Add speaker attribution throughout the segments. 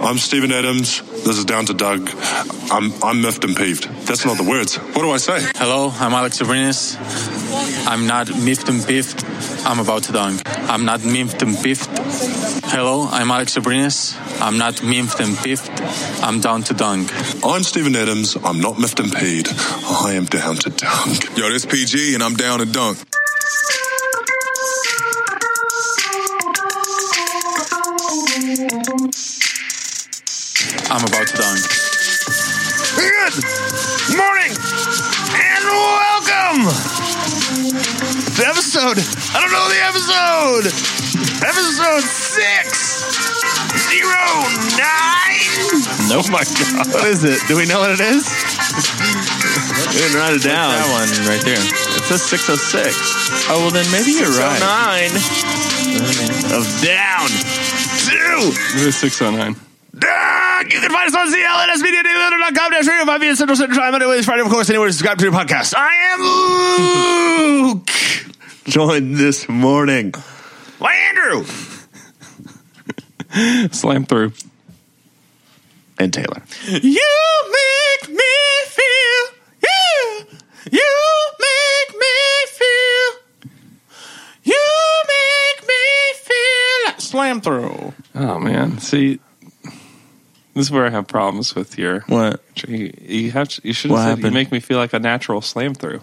Speaker 1: I'm Stephen Adams. This is Down to Doug. I'm, I'm miffed and peeved. That's not the words. What do I say?
Speaker 2: Hello, I'm Alex Sabrinas. I'm not miffed and piffed. I'm about to dunk. I'm not miffed and piffed. Hello, I'm Alex Sabrinas. I'm not miffed and piffed. I'm down to dunk.
Speaker 1: I'm Stephen Adams. I'm not miffed and peeved. I am down to dunk.
Speaker 3: Yo, this PG and I'm down to dunk.
Speaker 2: I'm about to dunk.
Speaker 4: Good morning and welcome to episode. I don't know the episode. Episode six zero nine.
Speaker 5: Oh my god.
Speaker 4: What is it? Do we know what it is? we didn't write it down.
Speaker 5: That one right there. It says 606. Oh, well, then maybe you're right.
Speaker 4: Nine of down two.
Speaker 5: It is 609.
Speaker 4: Doug, You can find us on clnsmedianews.com dash radio 5 p.m. Central Central Time, Mondays, Friday, of course, anywhere to subscribe to your podcast. I am Luke, joined this morning by Andrew
Speaker 5: Slam through.
Speaker 4: and Taylor.
Speaker 5: You make me feel. You. You make me feel. You make me feel. Slam through. Oh, man. See, this is where I have problems with your.
Speaker 6: What?
Speaker 5: You, you have to, you should
Speaker 6: What
Speaker 5: have said you
Speaker 6: happened?
Speaker 5: make me feel like a natural slam through.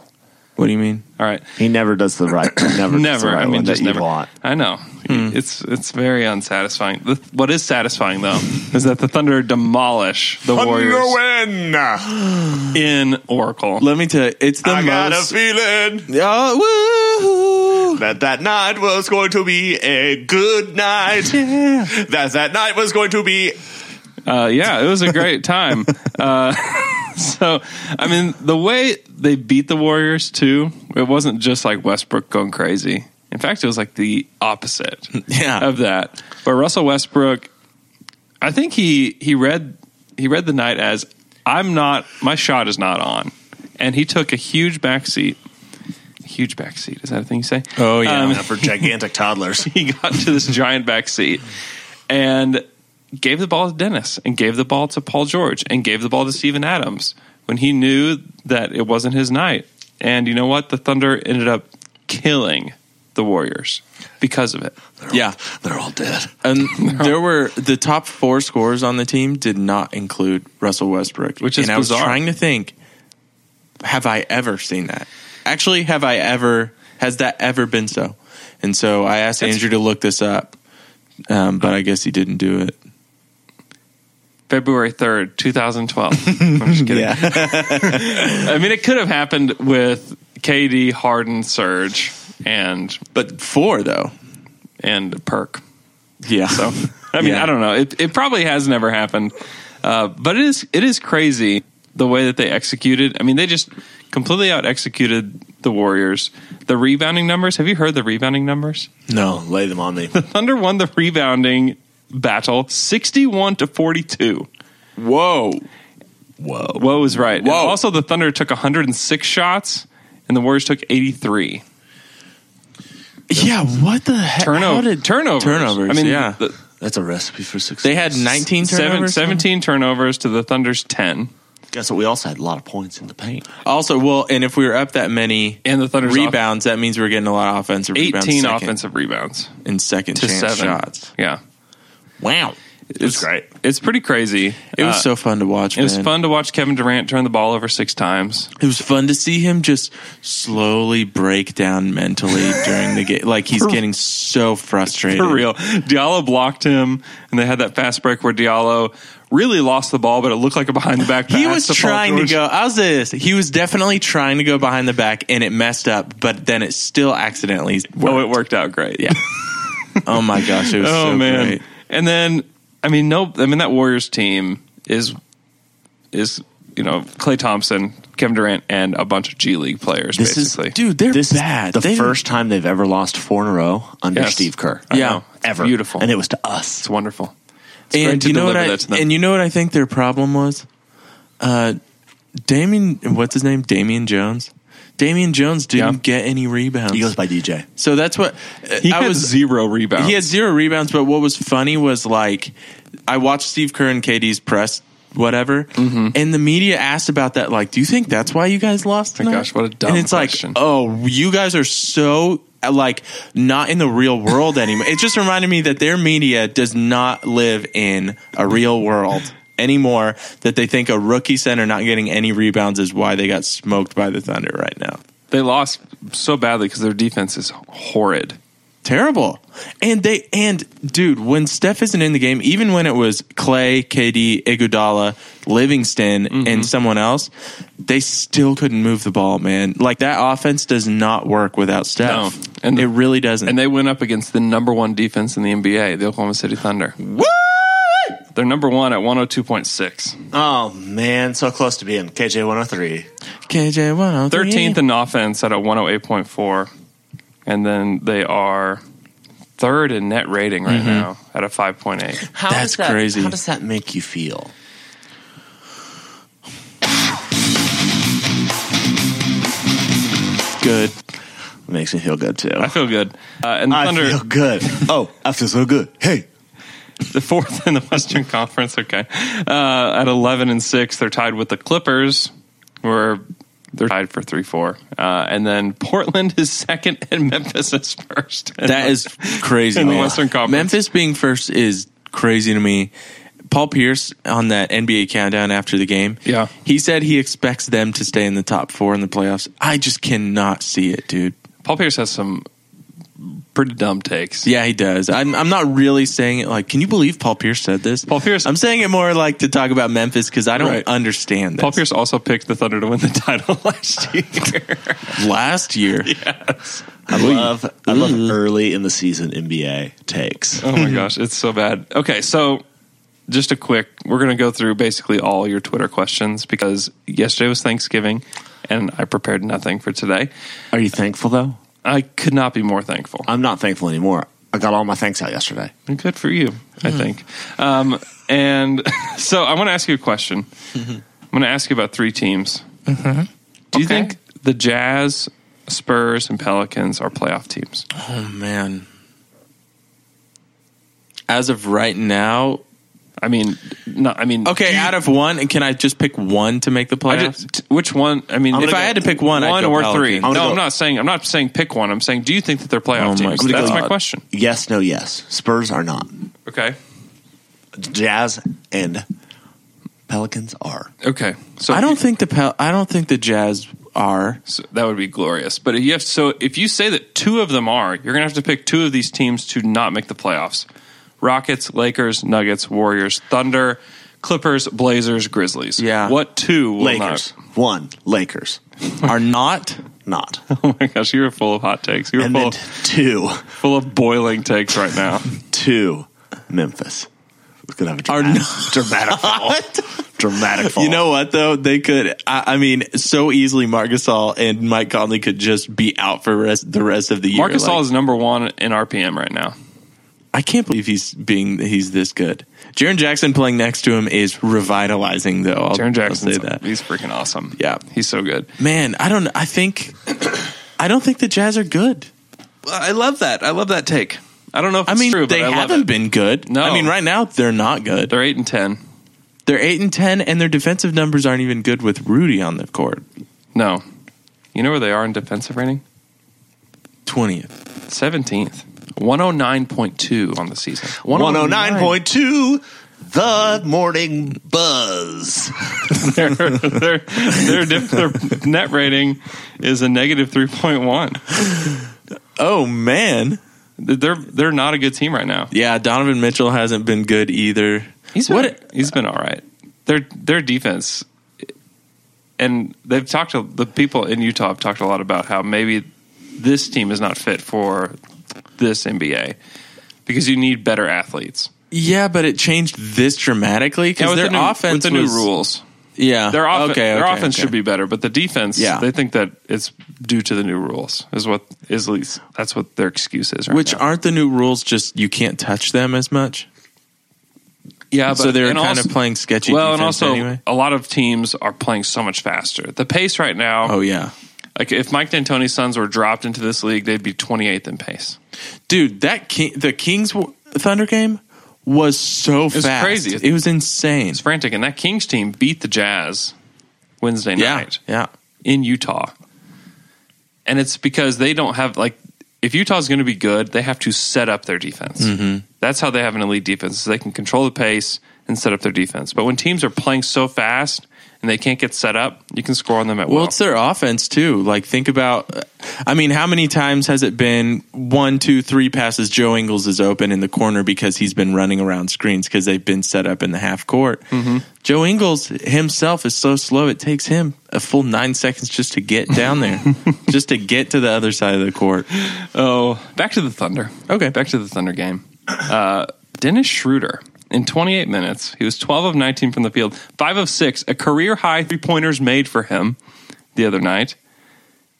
Speaker 6: What do you mean?
Speaker 5: All right.
Speaker 4: He never does the right, never, does
Speaker 5: never.
Speaker 4: the right
Speaker 5: I
Speaker 4: one
Speaker 5: mean, just
Speaker 4: that
Speaker 5: never.
Speaker 4: you want. Hmm.
Speaker 5: I know. It's it's very unsatisfying. The, what is satisfying though is that the Thunder demolish the Warriors
Speaker 4: win. I
Speaker 5: in Oracle.
Speaker 6: Let me tell you, it's the
Speaker 4: got a
Speaker 6: most.
Speaker 4: feeling
Speaker 6: oh, woo!
Speaker 4: that that night was going to be a good night. That that night was going to be
Speaker 5: Uh, yeah, it was a great time. uh, so, I mean, the way they beat the Warriors too, it wasn't just like Westbrook going crazy. In fact, it was like the opposite.
Speaker 6: Yeah.
Speaker 5: of that. But Russell Westbrook, I think he he read he read the night as I'm not my shot is not on, and he took a huge backseat. Huge backseat is that a thing you say?
Speaker 6: Oh, yeah.
Speaker 5: Um,
Speaker 4: for gigantic toddlers.
Speaker 5: he got to this giant backseat and gave the ball to Dennis and gave the ball to Paul George and gave the ball to Steven Adams when he knew that it wasn't his night. And you know what? The Thunder ended up killing the Warriors because of it.
Speaker 6: yeah.
Speaker 4: They're all dead.
Speaker 6: And there were the top four scores on the team did not include Russell Westbrook,
Speaker 5: Which is
Speaker 6: and I was
Speaker 5: bizarre.
Speaker 6: trying to think, have I ever seen that? Actually, have I ever? Has that ever been so? And so I asked
Speaker 5: It's-
Speaker 6: Andrew to look this up, um, but I guess he didn't do it.
Speaker 5: February 3rd, 2012. I'm just kidding. I mean, it could have happened with KD, Harden, Surge, and
Speaker 6: But four though,
Speaker 5: and Perk.
Speaker 6: yeah.
Speaker 5: So, I mean,
Speaker 6: Yeah.
Speaker 5: I don't know. It, it probably has never happened, uh, but it is it is crazy the way that they executed. I mean, they just completely out executed the Warriors. The rebounding numbers. Have you heard the rebounding numbers?
Speaker 4: No, lay them on me.
Speaker 5: Thunder won the rebounding battle, sixty-one to forty-two.
Speaker 6: Whoa.
Speaker 5: Whoa. Whoa was right. And
Speaker 6: Whoa.
Speaker 5: also, the Thunder took 106 shots and the Warriors took 83.
Speaker 6: Yeah, what the heck?
Speaker 5: Turno-
Speaker 6: How did-
Speaker 5: turnovers.
Speaker 6: Turnovers.
Speaker 5: I mean,
Speaker 6: yeah,
Speaker 5: the,
Speaker 4: That's a recipe for success.
Speaker 6: they had 19
Speaker 5: seven,
Speaker 6: turnovers.
Speaker 5: 17 turnovers to the Thunder's 10.
Speaker 4: Guess what? We also had a lot of points in the paint.
Speaker 6: Also, well, and if we were up that many
Speaker 5: And the Thunder's
Speaker 6: rebounds, that means we're getting a lot of offensive rebounds,
Speaker 5: 18
Speaker 6: second-
Speaker 5: offensive rebounds
Speaker 6: and second
Speaker 5: to
Speaker 6: chance
Speaker 5: seven
Speaker 6: shots.
Speaker 5: Yeah.
Speaker 6: Wow,
Speaker 5: It was
Speaker 4: great.
Speaker 5: It's pretty crazy.
Speaker 6: it was
Speaker 5: Uh,
Speaker 6: so fun to watch.
Speaker 5: It was
Speaker 6: man.
Speaker 5: fun to watch Kevin Durant turn the ball over six times.
Speaker 6: It was fun to see him just slowly break down mentally during the game. Like he's getting so frustrated.
Speaker 5: For real. Diallo blocked him, and they had that fast break where Diallo really lost the ball, but it looked like a behind the back pass.
Speaker 6: He was
Speaker 5: to Paul
Speaker 6: trying to
Speaker 5: George.
Speaker 6: go. I'll say this: he was definitely trying to go behind the back, and it messed up. But then it still accidentally.
Speaker 5: Oh,
Speaker 6: Worked.
Speaker 5: it worked out great.
Speaker 6: Yeah. oh my gosh, it was
Speaker 5: oh
Speaker 6: so
Speaker 5: man!
Speaker 6: great.
Speaker 5: And then I mean, no, I mean that Warriors team is is you know Clay Thompson, Kevin Durant, and a bunch of G League players
Speaker 4: This is-
Speaker 5: basically.
Speaker 6: Dude, they're
Speaker 4: This
Speaker 6: bad.
Speaker 4: is the
Speaker 6: They-
Speaker 4: first time they've ever lost four in a row under
Speaker 5: Yes.
Speaker 4: Steve Kerr.
Speaker 5: I
Speaker 6: Yeah.
Speaker 5: know. It's
Speaker 4: Ever.
Speaker 5: beautiful,
Speaker 4: And it was to us.
Speaker 5: it's wonderful. It's great
Speaker 6: and
Speaker 5: to
Speaker 6: you know what
Speaker 5: deliver
Speaker 6: I,
Speaker 5: that to them.
Speaker 6: and you know what I think their problem was? Uh Damien what's his name? Damian Jones. Damian Jones didn't
Speaker 5: Yeah.
Speaker 6: get any rebounds.
Speaker 4: He goes by DJ.
Speaker 6: so that's what
Speaker 5: he
Speaker 6: I
Speaker 5: had
Speaker 6: was
Speaker 5: zero rebounds.
Speaker 6: he had zero rebounds, but what was funny was like I watched Steve Kerr and KD's press whatever,
Speaker 5: Mm-hmm.
Speaker 6: and the media asked about that. Like, do you think that's why you guys lost?
Speaker 5: my
Speaker 6: tonight?"
Speaker 5: gosh, what a dumb
Speaker 6: And it's
Speaker 5: question.
Speaker 6: like, oh, you guys are so uh, like not in the real world anymore. it just reminded me that their media does not live in a real world. Anymore that they think a rookie center not getting any rebounds is why they got smoked by the Thunder right now.
Speaker 5: They lost so badly because their defense is horrid.
Speaker 6: terrible. And they and dude, when Steph isn't in the game, even when it was Clay, KD, Iguodala, Livingston,
Speaker 5: Mm-hmm.
Speaker 6: and someone else, they still couldn't move the ball, man. Like that offense does not work without Steph.
Speaker 5: No. And
Speaker 6: it
Speaker 5: the-
Speaker 6: really doesn't.
Speaker 5: And they went up against the number one defense in the NBA, the Oklahoma City Thunder.
Speaker 6: what?
Speaker 5: They're number one at 102.6.
Speaker 4: Oh man, so close to being KJ 103.
Speaker 6: KJ one oh,
Speaker 5: 13th in offense at a 108.4. And then they are third in net rating right now at a 5.8.
Speaker 4: How
Speaker 6: That's
Speaker 4: that,
Speaker 6: crazy.
Speaker 4: How does that make you feel?
Speaker 6: good.
Speaker 4: Makes me feel good too.
Speaker 5: I feel good. Uh, and the
Speaker 4: I
Speaker 5: Thunder,
Speaker 4: feel good. Oh, I feel so good. Hey,
Speaker 5: the fourth in the Western Conference. Okay, uh, at eleven and six, they're tied with the Clippers, where they're tied for three four, uh, and then Portland is second, and Memphis is first.
Speaker 6: That is crazy.
Speaker 5: In the
Speaker 6: man.
Speaker 5: Western Conference.
Speaker 6: Memphis being first is crazy to me. Paul Pierce on that NBA countdown after the game.
Speaker 5: Yeah.
Speaker 6: He said he expects them to stay in the top four in the playoffs. I just cannot see it, dude.
Speaker 5: Paul Pierce has some pretty dumb takes.
Speaker 6: Yeah, he does. I'm, I'm not really saying it like, can you believe Paul Pierce said this?
Speaker 5: Paul Pierce-
Speaker 6: I'm saying it more like to talk about Memphis because I don't
Speaker 5: Right.
Speaker 6: understand this.
Speaker 5: Paul Pierce also picked the Thunder to win the title last year.
Speaker 6: last year.
Speaker 4: I love I love early in the season NBA takes.
Speaker 5: oh my gosh, it's so bad. Okay, so just a quick, we're going to go through basically all your Twitter questions because yesterday was Thanksgiving, and I prepared nothing for today.
Speaker 4: Are you thankful though?
Speaker 5: I could not be more thankful.
Speaker 4: I'm not thankful anymore. I got all my thanks out yesterday.
Speaker 5: Good for you,
Speaker 6: Hmm.
Speaker 5: I think. Um, and so I want to ask you a question. I'm going to ask you about three teams. Do you
Speaker 6: Mm-hmm. Okay.
Speaker 5: think the Jazz, Spurs, and Pelicans are playoff teams?
Speaker 6: Oh, man. As of right now,
Speaker 5: I mean, not. I mean,
Speaker 6: okay,
Speaker 5: do you-
Speaker 6: out of one, can I just pick one to make the
Speaker 5: I
Speaker 6: playoffs?
Speaker 5: just, t- which one? I mean,
Speaker 6: I'm gonna go-
Speaker 5: one
Speaker 6: one
Speaker 5: or
Speaker 6: or
Speaker 5: three.
Speaker 6: Pelicans.
Speaker 5: no,
Speaker 4: I'm gonna
Speaker 5: I'm
Speaker 4: go-
Speaker 5: not saying. I'm not saying pick one. I'm saying, do you think that they're playoff
Speaker 6: Oh my
Speaker 5: teams?
Speaker 6: God.
Speaker 5: That's my
Speaker 6: God.
Speaker 5: question.
Speaker 4: Yes, no, yes. Spurs are not.
Speaker 5: Okay.
Speaker 4: Jazz and Pelicans are.
Speaker 5: Okay. So
Speaker 6: I don't think the Pel- I don't think the Jazz are.
Speaker 5: So that would be glorious. But if you have so if you say that two of them are, you're gonna have to pick two of these teams to not make the playoffs: Rockets, Lakers, Nuggets, Warriors, Thunder, Clippers, Blazers, Grizzlies.
Speaker 6: Yeah.
Speaker 5: What two? Will
Speaker 4: Lakers. One, Lakers.
Speaker 6: Are not.
Speaker 4: Not.
Speaker 5: Not? Oh my gosh, you were full of hot takes. You were
Speaker 4: And
Speaker 5: full
Speaker 4: then
Speaker 5: of,
Speaker 4: two,
Speaker 5: full of boiling takes right now.
Speaker 4: two, Memphis. We're gonna have a
Speaker 6: Are
Speaker 4: dramatic, dramatic fall. Dramatic fall.
Speaker 6: You know what though? They could. I, I mean, so easily, Marc Gasol and Mike Conley could just be out for rest, the rest of the year.
Speaker 5: Marcus
Speaker 6: Like,
Speaker 5: All is number one in RPM right now.
Speaker 6: I can't believe he's being he's this good. Jaron Jackson playing next to him is revitalizing, though. I'll,
Speaker 5: Jaron Jackson
Speaker 6: I'll say that.
Speaker 5: He's freaking awesome.
Speaker 6: Yeah.
Speaker 5: He's so good.
Speaker 6: Man, I don't. I think. I don't think the Jazz are good.
Speaker 5: I love that. I love that take. I don't know if
Speaker 6: I
Speaker 5: it's
Speaker 6: mean,
Speaker 5: true, but
Speaker 6: they
Speaker 5: I love
Speaker 6: haven't
Speaker 5: it.
Speaker 6: been good.
Speaker 5: No.
Speaker 6: I mean, right now they're not good.
Speaker 5: They're eight and ten.
Speaker 6: They're eight and ten, and their defensive numbers aren't even good with Rudy on the court.
Speaker 5: No. You know where they are in defensive rating?
Speaker 6: Twentieth.
Speaker 5: 17th. 109.2 on the season.
Speaker 4: 109.2 the morning buzz.
Speaker 5: their, their, their, diff- their net rating is a negative 3.1.
Speaker 6: Oh man.
Speaker 5: They're they're not a good team right now.
Speaker 6: Yeah, Donovan Mitchell hasn't been good either.
Speaker 5: He's been, he's been all right. Their their defense and they've talked to the people in Utah have talked a lot about how maybe this team is not fit for this NBA because you need better athletes.
Speaker 6: Yeah, but it changed this dramatically
Speaker 5: Yeah,
Speaker 6: because
Speaker 5: with
Speaker 6: their
Speaker 5: the new,
Speaker 6: offense
Speaker 5: with the new
Speaker 6: was-
Speaker 5: rules.
Speaker 6: Yeah,
Speaker 5: Their, off-
Speaker 6: okay,
Speaker 5: their
Speaker 6: okay,
Speaker 5: offense
Speaker 6: okay.
Speaker 5: should be better, but the defense,
Speaker 6: Yeah.
Speaker 5: they think that it's due to the new rules. Is what is at least that's what their excuse is. Right
Speaker 6: Which
Speaker 5: now.
Speaker 6: aren't the new rules? Just you can't touch them as much.
Speaker 5: yeah, but
Speaker 6: so they're
Speaker 5: and
Speaker 6: kind
Speaker 5: also-
Speaker 6: of playing sketchy.
Speaker 5: Well, and
Speaker 6: defense
Speaker 5: also
Speaker 6: anyway.
Speaker 5: a lot of teams are playing so much faster. The pace right now,
Speaker 6: oh yeah,
Speaker 5: like if Mike D'Antoni's sons were dropped into this league, they'd be 28th in pace.
Speaker 6: dude, that Ki- the Kings w- Thunder game was so
Speaker 5: was
Speaker 6: fast.
Speaker 5: crazy.
Speaker 6: It was insane.
Speaker 5: It's frantic. And that Kings team beat the Jazz Wednesday
Speaker 6: Yeah,
Speaker 5: night
Speaker 6: yeah.
Speaker 5: in Utah. And it's because they don't have, like, if Utah's going to be good, they have to set up their defense.
Speaker 6: Mm-hmm.
Speaker 5: That's how they have an elite defense. is They can control the pace and set up their defense. But when teams are playing so fast and they can't get set up, you can score on them at
Speaker 6: Well,
Speaker 5: will.
Speaker 6: it's their offense too. Like, think about. I mean, how many times has it been one, two, three passes? Joe Ingles is open in the corner because he's been running around screens because they've been set up in the half court.
Speaker 4: Mm-hmm.
Speaker 6: Joe Ingles himself is so slow; it takes him a full nine seconds just to get down there, just to get to the other side of the court.
Speaker 5: Oh, back to the Thunder.
Speaker 6: Okay.
Speaker 5: back to the Thunder game. Uh, Dennis Schroeder in 28 minutes, he was 12 of 19 from the field, five of six, a career high three pointers made for him the other night.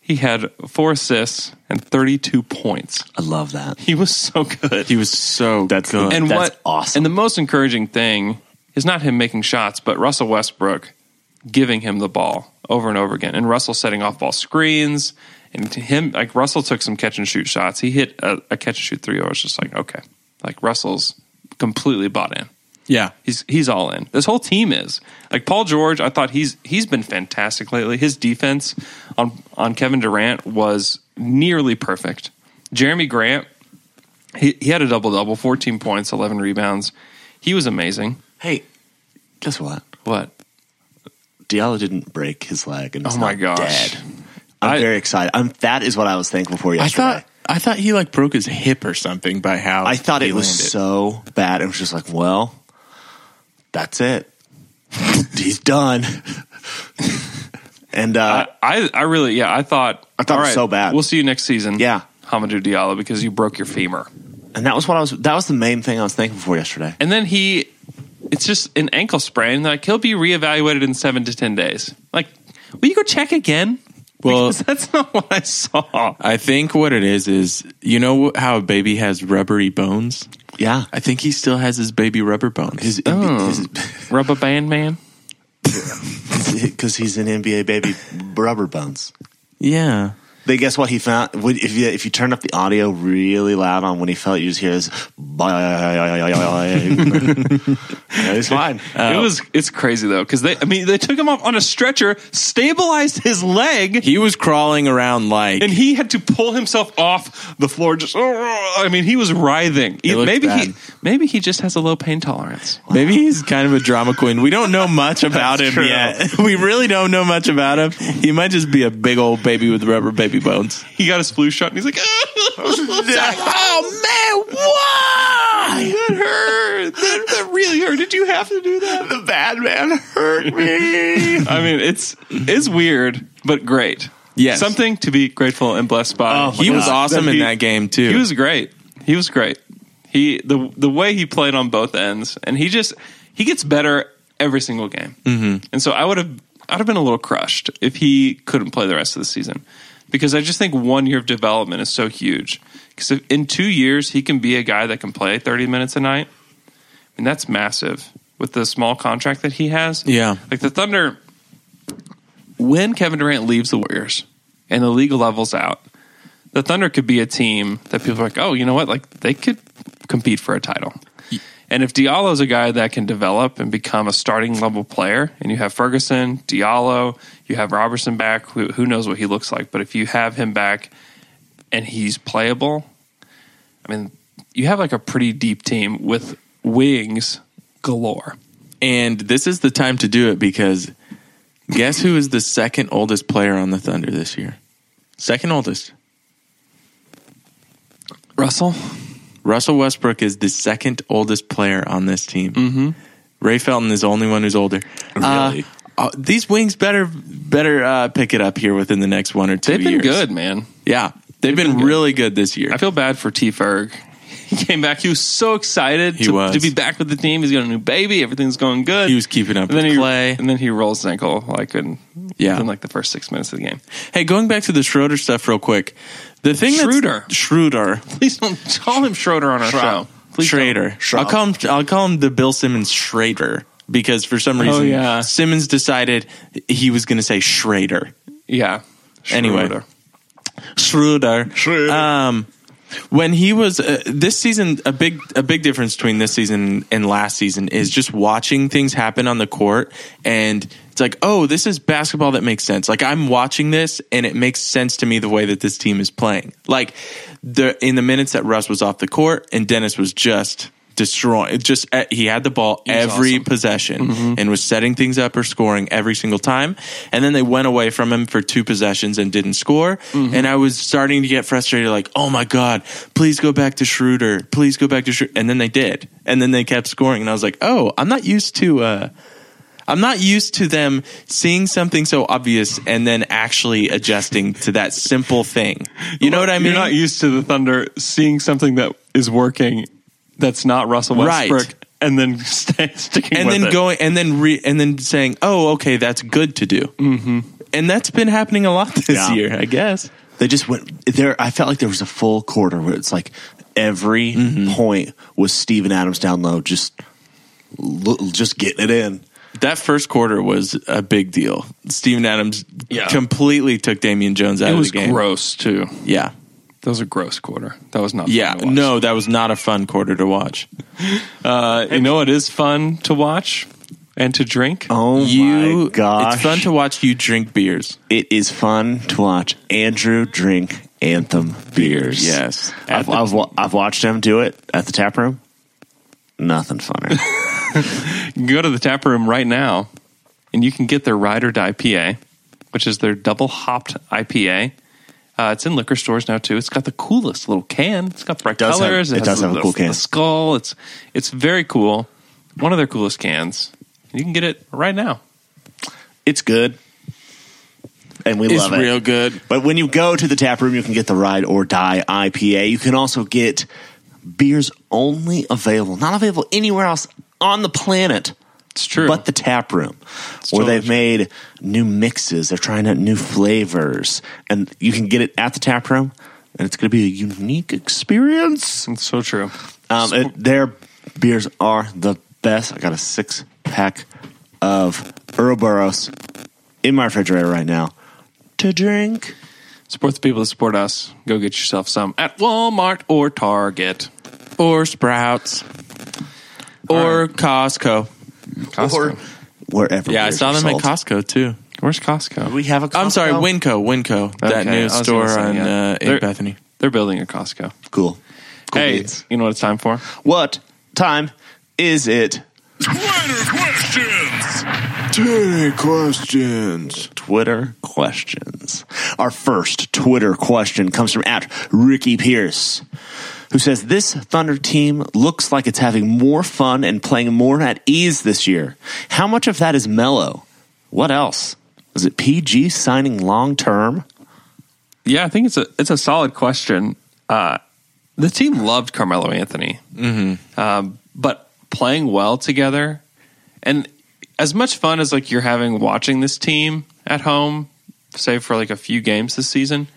Speaker 5: He had four assists and 32 points.
Speaker 4: I love that.
Speaker 5: He was so good.
Speaker 6: He was so
Speaker 4: That's
Speaker 6: good.
Speaker 5: and
Speaker 4: That's
Speaker 5: what
Speaker 4: awesome.
Speaker 5: And the most encouraging thing is not him making shots, but Russell Westbrook giving him the ball over and over again, and Russell setting off ball screens, and to him like Russell took some catch and shoot shots. He hit a, a catch and shoot three. I was just like, okay, like Russell's completely bought in.
Speaker 6: yeah,
Speaker 5: He's he's all in. This whole team is like Paul George. I thought he's he's been fantastic lately. His defense on on Kevin Durant was nearly perfect. Jeremy Grant, he, he had a double double, fourteen points, eleven rebounds. He was amazing.
Speaker 4: Hey, guess what?
Speaker 5: What?
Speaker 4: Diallo didn't break his leg, and
Speaker 5: Oh
Speaker 4: it's
Speaker 5: my
Speaker 4: not
Speaker 5: gosh!
Speaker 4: dead. I'm
Speaker 5: I-
Speaker 4: very excited. I'm, that is what I was thankful for
Speaker 6: I
Speaker 4: yesterday.
Speaker 6: thought I thought he like broke his hip or something by how
Speaker 4: I thought
Speaker 6: he
Speaker 4: it was
Speaker 6: landed.
Speaker 4: so bad. It was just like, well, that's it. He's done. and uh,
Speaker 5: I, I I really yeah. I thought
Speaker 4: I thought it
Speaker 5: all
Speaker 4: was so bad.
Speaker 5: We'll see you next season.
Speaker 4: Yeah.
Speaker 5: Hamadou Diallo because you broke your femur.
Speaker 4: and that was what I was. That was the main thing I was thankful for yesterday.
Speaker 5: And then he, it's just an ankle sprain. Like he'll be reevaluated in seven to ten days. Like, will you go check again?
Speaker 6: Well-
Speaker 5: Because that's not what I saw.
Speaker 6: I think what it is is you know how a baby has rubbery bones.
Speaker 4: Yeah,
Speaker 6: I think he still has his baby rubber bones.
Speaker 4: his
Speaker 5: Rubber band man.
Speaker 4: because he's an NBA baby rubber bones.
Speaker 6: yeah.
Speaker 4: They guess what he found. Would- If you if you turned up the audio really loud on when he felt, you just hear his. it's fine.
Speaker 5: it was. It's crazy though because they. I mean, they took him off on a stretcher, stabilized his leg,
Speaker 6: He was crawling around like
Speaker 5: and he had to pull himself off the floor. Just. I mean, he was writhing. He-
Speaker 6: looked
Speaker 5: maybe he.
Speaker 6: bad.
Speaker 5: Maybe he just has a low pain tolerance.
Speaker 6: maybe he's kind of a drama queen. We don't know much about him yet. We really don't know much about him. He might just be a big old baby with rubber baby bones.
Speaker 5: He got his flu shot, and he's like,
Speaker 6: oh man, why?
Speaker 5: "That hurt. That, that really hurt. Did you have to do that?"
Speaker 4: the bad man hurt me.
Speaker 5: I mean, it's it's weird, but great.
Speaker 6: Yes.
Speaker 5: something to be grateful and blessed by.
Speaker 4: Oh my
Speaker 6: He was
Speaker 4: God.
Speaker 6: awesome in
Speaker 5: He-
Speaker 6: that game too.
Speaker 5: He was great. He was great. He the the way he played on both ends, and he just he gets better every single game. Mm-hmm. And so I would have I'd have been a little crushed if he couldn't play the rest of the season because I just think one year of development is so huge. Because if, in two years he can be a guy that can play thirty minutes a night, and that's massive with the small contract that he has.
Speaker 6: Yeah.
Speaker 5: like the Thunder. When Kevin Durant leaves the Warriors and the league levels out, the Thunder could be a team that people are like, oh, you know what? Like they could compete for a title. And if Diallo's a guy that can develop and become a starting level player, and you have Ferguson, Diallo, you have Robertson back, who, who knows what he looks like? But if you have him back and he's playable, I mean, you have like a pretty deep team with wings galore.
Speaker 6: and this is the time to do it because guess who is the second oldest player on the Thunder this year? Second oldest.
Speaker 5: Russell,
Speaker 6: Russell Westbrook is the second oldest player on this team. Mm-hmm. Ray Felton is the only one who's older.
Speaker 4: Really?
Speaker 6: Uh, uh, these wings better better uh, pick it up here within the next one or 2
Speaker 5: they've been
Speaker 6: years.
Speaker 5: good, man.
Speaker 6: Yeah, they've, been,
Speaker 5: been good.
Speaker 6: really good this year.
Speaker 5: I feel bad for T Ferg. He came back. He was so excited
Speaker 6: He
Speaker 5: to,
Speaker 6: was.
Speaker 5: to be back with the team. He's got a new baby. Everything's going good.
Speaker 6: He was keeping up
Speaker 5: and then
Speaker 6: with
Speaker 5: he,
Speaker 6: play.
Speaker 5: And then he rolls his ankle like in
Speaker 6: Yeah.
Speaker 5: in like the first six minutes of the game.
Speaker 6: hey, going back to the Schroeder stuff real quick. The thing
Speaker 5: Schroeder.
Speaker 6: that's Schroeder
Speaker 5: Please don't call him Schroeder on our show. Please
Speaker 6: Schrader.
Speaker 4: Schraub.
Speaker 6: I'll call him. I'll call him the Bill Simmons Schrader because for some reason
Speaker 5: Oh, yeah.
Speaker 6: Simmons decided he was going to say Schrader.
Speaker 5: don't. Yeah.
Speaker 6: Anyway.
Speaker 5: Schroeder.
Speaker 6: Schroeder.
Speaker 4: Schroeder.
Speaker 6: Um, when he was uh, this season a big a big difference between this season and last season is just watching things happen on the court and it's like oh this is basketball that makes sense like i'm watching this and it makes sense to me the way that this team is playing like the in the minutes that russ was off the court and dennis was just destroying just eh, he had the ball every possession
Speaker 5: Mm-hmm.
Speaker 6: and was setting things up or scoring every single time and then they went away from him for two possessions and didn't score
Speaker 5: Mm-hmm.
Speaker 6: and i was starting to get frustrated like oh my god please go back to schroeder please go back to schroeder and then they did and then they kept scoring and i was like oh i'm not used to uh I'm not used to them seeing something so obvious and then actually adjusting to that simple thing. You know what I mean?
Speaker 5: You're not used to the Thunder seeing something that is working that's not Russell
Speaker 6: Right.
Speaker 5: Westbrook and then st- sticking
Speaker 6: and
Speaker 5: with
Speaker 6: then
Speaker 5: it.
Speaker 6: going and then re, and then saying, "Oh, okay, that's good to do." Mm-hmm. And that's been happening a lot this
Speaker 4: Yeah.
Speaker 6: year, I guess.
Speaker 4: They just went there. I felt like there was a full quarter where it's like every point was Steven Adams down low, just lo- just getting it in.
Speaker 6: That first quarter was a big deal. Steven Adams
Speaker 5: Yeah.
Speaker 6: completely took Damian Jones out
Speaker 5: It
Speaker 6: of
Speaker 5: was
Speaker 6: the game.
Speaker 5: gross too.
Speaker 6: Yeah,
Speaker 5: That was a gross quarter. That was not. fun
Speaker 6: yeah.
Speaker 5: to watch.
Speaker 6: No, that was not a fun quarter to watch.
Speaker 5: Uh, you know it is fun to watch and to drink.
Speaker 4: Oh
Speaker 6: you,
Speaker 4: my gosh!
Speaker 6: it's fun to watch you drink beers.
Speaker 4: It is fun to watch Andrew drink anthem beers.
Speaker 6: Yes.
Speaker 4: I've, I've, wa- I've watched him do it at the tap room. Nothing funner.
Speaker 5: You can go to the tap room right now and you can get their Ride or Die PA, which is their double hopped IPA. Uh, it's in liquor stores now too. It's got the coolest little can. It's got bright
Speaker 4: does have-
Speaker 5: colors.
Speaker 4: it does
Speaker 5: the-
Speaker 4: have a
Speaker 5: the-
Speaker 4: cool can.
Speaker 5: The skull. It's it's very cool. One of their coolest cans. You can get it right now.
Speaker 4: it's good, and we
Speaker 6: It's
Speaker 4: love it.
Speaker 6: real good.
Speaker 4: But when you go to the tap room, you can get the Ride or Die IPA. You can also get beers only available, not available anywhere else on the planet.
Speaker 5: It's true.
Speaker 4: But the tap room, where
Speaker 5: totally
Speaker 4: they've made new mixes, they're trying out new flavors, and you can get it at the tap room, and it's going to be a unique experience.
Speaker 5: it's so true.
Speaker 4: Um, it- their beers are the best. I got a six pack of Ouroboros in my refrigerator right now to drink.
Speaker 5: Support the people that support us. Go get yourself some at Walmart or Target.
Speaker 6: Or Sprouts, or Costco.
Speaker 5: Costco.
Speaker 4: wherever.
Speaker 6: Yeah, I
Speaker 4: beers
Speaker 6: saw
Speaker 4: are
Speaker 6: them at
Speaker 4: sold.
Speaker 6: Costco too.
Speaker 5: Where's Costco?
Speaker 4: We have a. Costco?
Speaker 6: I'm sorry, Winco, Winco, that
Speaker 5: Okay, I
Speaker 6: new
Speaker 5: was gonna
Speaker 6: store
Speaker 5: say,
Speaker 6: on
Speaker 5: yeah.
Speaker 6: uh, in
Speaker 5: They're-
Speaker 6: Bethany.
Speaker 5: They're building a Costco.
Speaker 4: Cool. Cool
Speaker 5: hey,
Speaker 4: beans.
Speaker 5: you know what it's time for?
Speaker 4: what time is it?
Speaker 3: Twenty questions.
Speaker 4: Twitter questions. Our first Twitter question comes from at Ricky Pierce, who says this Thunder team looks like it's having more fun and playing more at ease this year. How much of that is mellow? What else? Is it PG signing long term?
Speaker 5: Yeah, I think it's a it's a solid question. Uh, the team loved Carmelo Anthony, um, but playing well together, and as much fun as like you're having watching this team at home, save for like a few games this season,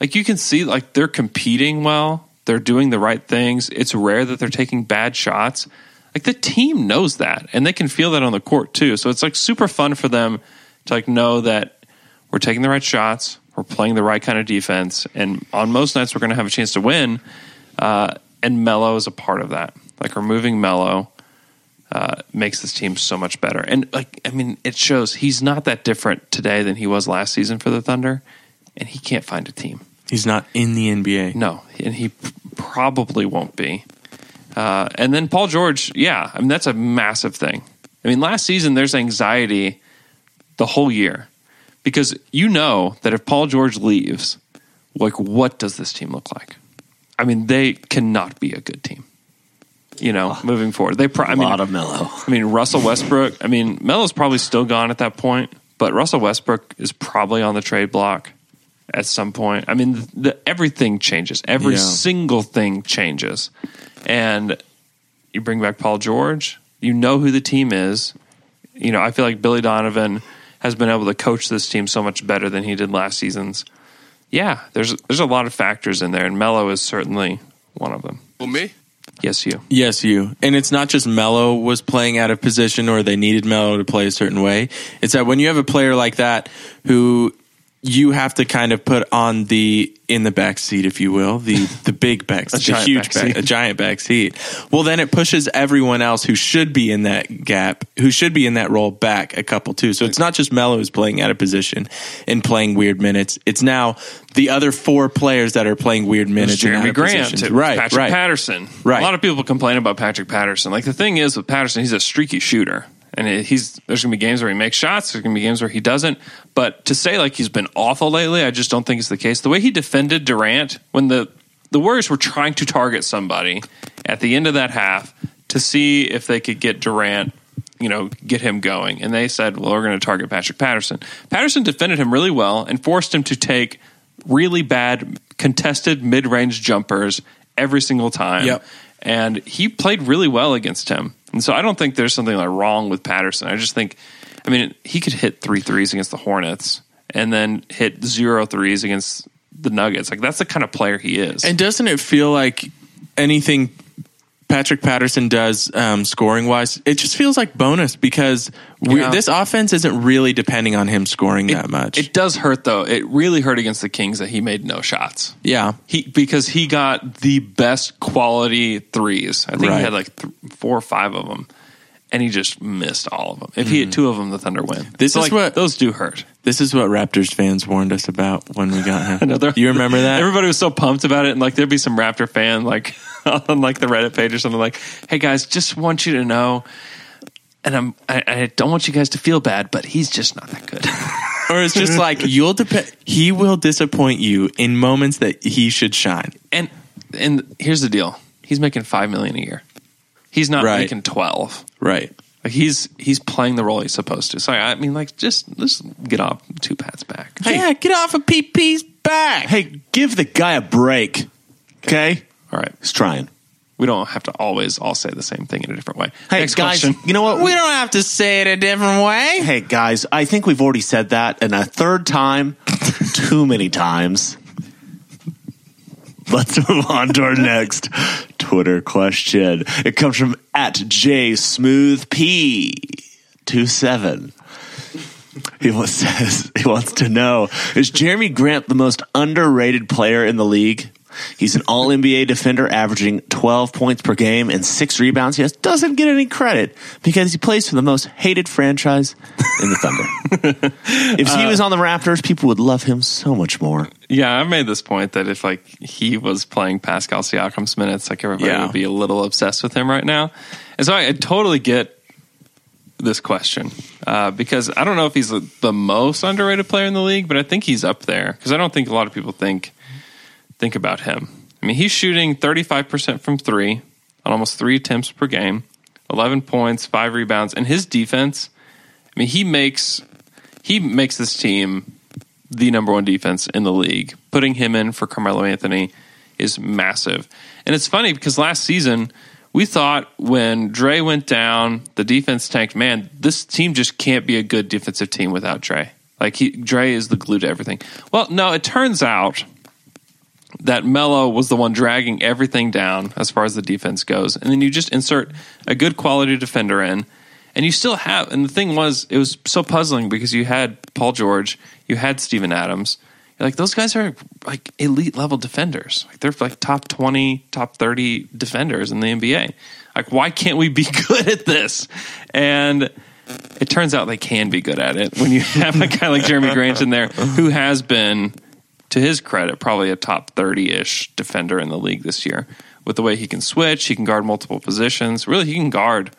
Speaker 5: like you can see like they're competing well, they're doing the right things. It's rare that they're taking bad shots. Like the team knows that, and they can feel that on the court too. So it's like super fun for them to like know that we're taking the right shots, we're playing the right kind of defense, and on most nights we're going to have a chance to win. Uh, and Mello is a part of that. Like removing Mello uh, makes this team so much better. And like, I mean, it shows he's not that different today than he was last season for the Thunder, and he can't find a team.
Speaker 6: He's not in the NBA.
Speaker 5: No, and he p- probably won't be. Uh, and then Paul George, yeah, I mean that's a massive thing. I mean, last season there's anxiety the whole year because you know that if Paul George leaves, like what does this team look like? I mean, they cannot be a good team. You know, moving forward, they. Pro- I mean,
Speaker 4: Ah, lot of mellow.
Speaker 5: I mean, Russell Westbrook. I mean, Melo's probably still gone at that point, but Russell Westbrook is probably on the trade block at some point. I mean, the, everything changes. Every
Speaker 6: Yeah.
Speaker 5: single thing changes, and you bring back Paul George. You know who the team is. You know, I feel like Billy Donovan has been able to coach this team so much better than he did last season's. Yeah, there's there's a lot of factors in there, and Melo is certainly one of them.
Speaker 3: Well, me.
Speaker 5: Yes, you.
Speaker 6: Yes, you. And it's not just Mello was playing out of position or they needed Mello to play a certain way. It's that when you have a player like that who you have to kind of put on the in the back seat, if you will, the the big back, seat, the
Speaker 5: giant
Speaker 6: huge
Speaker 5: back
Speaker 6: back,
Speaker 5: seat.
Speaker 6: a giant back seat. Well, then it pushes everyone else who should be in that gap, who should be in that role, back a couple too. So it's not just Mello who's playing out of position and playing weird minutes. It's now the other four players that are playing weird minutes. and out
Speaker 5: Jeremy
Speaker 6: of
Speaker 5: Grant,
Speaker 6: positions.
Speaker 5: it was
Speaker 6: right?
Speaker 5: Patrick
Speaker 6: right.
Speaker 5: Patterson.
Speaker 6: Right.
Speaker 5: A lot of people complain about Patrick Patterson. Like the thing is with Patterson, he's a streaky shooter, and it- he's there's gonna be games where he makes shots. There's gonna be games where he doesn't. But to say like he's been awful lately, I just don't think it's the case. The way he defended Durant when the the Warriors were trying to target somebody at the end of that half to see if they could get Durant. You know, get him going. And they said, well, we're going to target Patrick Patterson. Patterson defended him really well and forced him to take really bad contested mid-range jumpers every single time.
Speaker 6: Yep.
Speaker 5: And he played really well against him. And so I don't think there's something like wrong with Patterson. I just think I mean he could hit three threes against the Hornets and then hit zero threes against the Nuggets. Like that's the kind of player he is.
Speaker 6: And doesn't it feel like anything Patrick Patterson does um, scoring wise, it just feels like bonus because we,
Speaker 5: Yeah.
Speaker 6: this offense isn't really depending on him scoring that much.
Speaker 5: it does hurt though. It really hurt against the Kings that he made no shots.
Speaker 6: yeah.
Speaker 5: He because he got the best quality threes. I think
Speaker 6: Right.
Speaker 5: he had like th- four or five of them, and he just missed all of them. If he hit two of them, the Thunder win.
Speaker 6: Mm. This
Speaker 5: So,
Speaker 6: is
Speaker 5: like,
Speaker 6: what-
Speaker 5: those do hurt.
Speaker 6: This is what Raptors fans warned us about when we got him.
Speaker 5: Another-
Speaker 6: you remember that?
Speaker 5: Everybody was so pumped about it, and like there'd be some Raptor fan like on like the Reddit page or something like, "Hey guys, just want you to know." And I'm, I, I don't want you guys to feel bad, but he's just not that good.
Speaker 6: or it's just like you'll depend he will disappoint you in moments that he should shine.
Speaker 5: and and here's the deal: he's making five million a year. He's not
Speaker 6: Right.
Speaker 5: making twelve.
Speaker 6: Right.
Speaker 5: Like he's he's playing the role he's supposed to. So I mean, like just just get off two pads back.
Speaker 6: Yeah, get off of PP's back.
Speaker 4: Hey, give the guy a break. Okay?
Speaker 5: All right,
Speaker 4: He's trying.
Speaker 5: we don't have to always all say the same thing in a different way.
Speaker 4: Hey,
Speaker 5: Next
Speaker 4: guys,
Speaker 5: question.
Speaker 4: you know what?
Speaker 6: we don't have to say it a different way.
Speaker 4: Hey guys, I think we've already said that, and a third time, too many times. Let's move on to our next Twitter question. It comes from at JSmoothP27. He wants, says he wants to know is Jeremy Grant the most underrated player in the league? He's an All NBA defender, averaging 12 points per game and six rebounds. He has, doesn't get any credit because he plays for the most hated franchise in the Thunder. if he was on the Raptors, people would love him so much more.
Speaker 5: Yeah, I made this point that if like he was playing Pascal Siakam's minutes, like everybody
Speaker 6: Yeah.
Speaker 5: would be a little obsessed with him right now. And so I, I totally get this question uh, because I don't know if he's the, the most underrated player in the league, but I think he's up there because I don't think a lot of people think think about him. I mean, he's shooting thirty five percent from three on almost three attempts per game, eleven points, five rebounds, and his defense. I mean, he makes he makes this team the number one defense in the league. Putting him in for Carmelo Anthony is massive. And it's funny because last season we thought when Dre went down, the defense tanked. Man, this team just can't be a good defensive team without Dre. Like he, Dre is the glue to everything. Well, no, it turns out that Mello was the one dragging everything down as far as the defense goes. And then you just insert a good quality defender in, and you still have. And the thing was, it was so puzzling because you had Paul George, you had Steven Adams. You're like, those guys are like elite level defenders. Like they're like top 20, top 30 defenders in the NBA. Like, why can't we be good at this? And it turns out they can be good at it when you have a guy like Jeremy Grant in there who has been, to his credit, probably a top 30 ish defender in the league this year with the way he can switch, he can guard multiple positions. Really, he can guard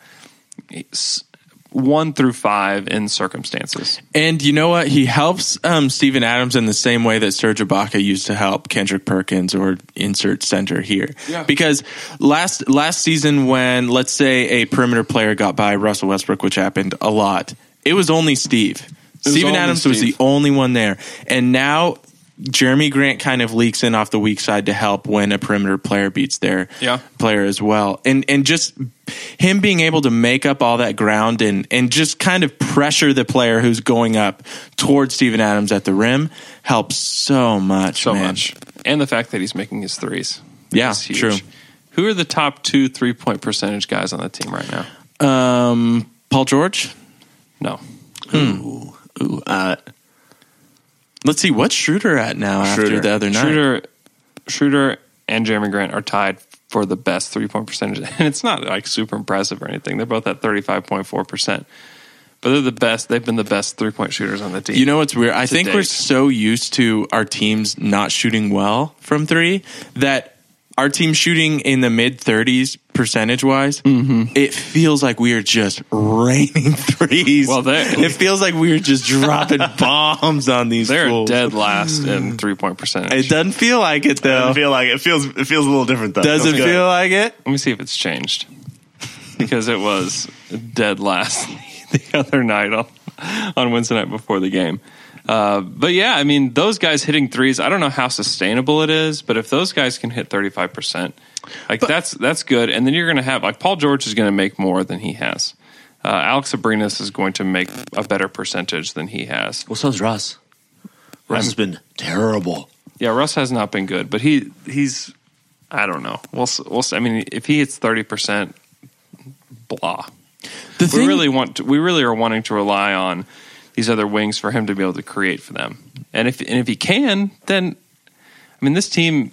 Speaker 5: s- one through five in circumstances.
Speaker 6: And you know what? He helps um, Steven Adams in the same way that Serge Ibaka used to help Kendrick Perkins or insert center here. Because last last season, when let's say a perimeter player got by Russell Westbrook, which happened a lot, it was only Steve.
Speaker 5: was
Speaker 6: Steven
Speaker 5: only
Speaker 6: Adams was the
Speaker 5: Steve.
Speaker 6: only one there, and now. Jeremy Grant kind of leaks in off the weak side to help when a perimeter player beats their
Speaker 5: Yeah.
Speaker 6: player as well. And and just him being able to make up all that ground and and just kind of pressure the player who's going up towards Steven Adams at the rim helps so much.
Speaker 5: So
Speaker 6: man.
Speaker 5: much. And the fact that he's making his threes.
Speaker 6: Yeah,
Speaker 5: is huge.
Speaker 6: true.
Speaker 5: Who are the top two three point percentage guys on the team right now?
Speaker 6: Um Paul George?
Speaker 5: No.
Speaker 4: Ooh, uh,
Speaker 6: Let's see what's Schroeder at now after
Speaker 4: Schroeder.
Speaker 6: the other night.
Speaker 5: Schroeder, Schroeder, and Jeremy Grant are tied for the best three point percentage, and it's not like super impressive or anything. They're both at thirty five point four percent, but they're the best. They've been the best three point shooters on the team.
Speaker 6: You know what's weird? I think we're
Speaker 5: date.
Speaker 6: so used to our teams not shooting well from three that our team shooting in the mid 30s percentage wise, it feels like we are just raining threes.
Speaker 5: Well, they're-
Speaker 6: it feels like we are just dropping bombs on these.
Speaker 5: they're
Speaker 6: fools.
Speaker 5: dead last in three point
Speaker 6: It
Speaker 5: percentage.
Speaker 6: doesn't feel like it though.
Speaker 4: I feel like it feels it feels a little different though.
Speaker 6: Doesn't
Speaker 4: That's good.
Speaker 6: feel like it.
Speaker 5: Let me see if it's changed because it was dead last the other night on, on Wednesday night before the game. Uh, but yeah, I mean, those guys hitting threes, I don't know how sustainable it is, but if those guys can hit 35%, like that's that's good. And then you're going to have, like, Paul George is going to make more than he has. Uh, Alex Abrinas is going to make a better percentage than he has.
Speaker 7: Well, so's Russ. Russ has been terrible.
Speaker 5: Yeah, Russ has not been good, but he he's I don't know. We'll s- we'll s- I mean, if he hits thirty percent, blah.
Speaker 6: The
Speaker 5: we really want to, we really are wanting to rely on these other wings for him to be able to create for them, and if and if he can, then I mean, this team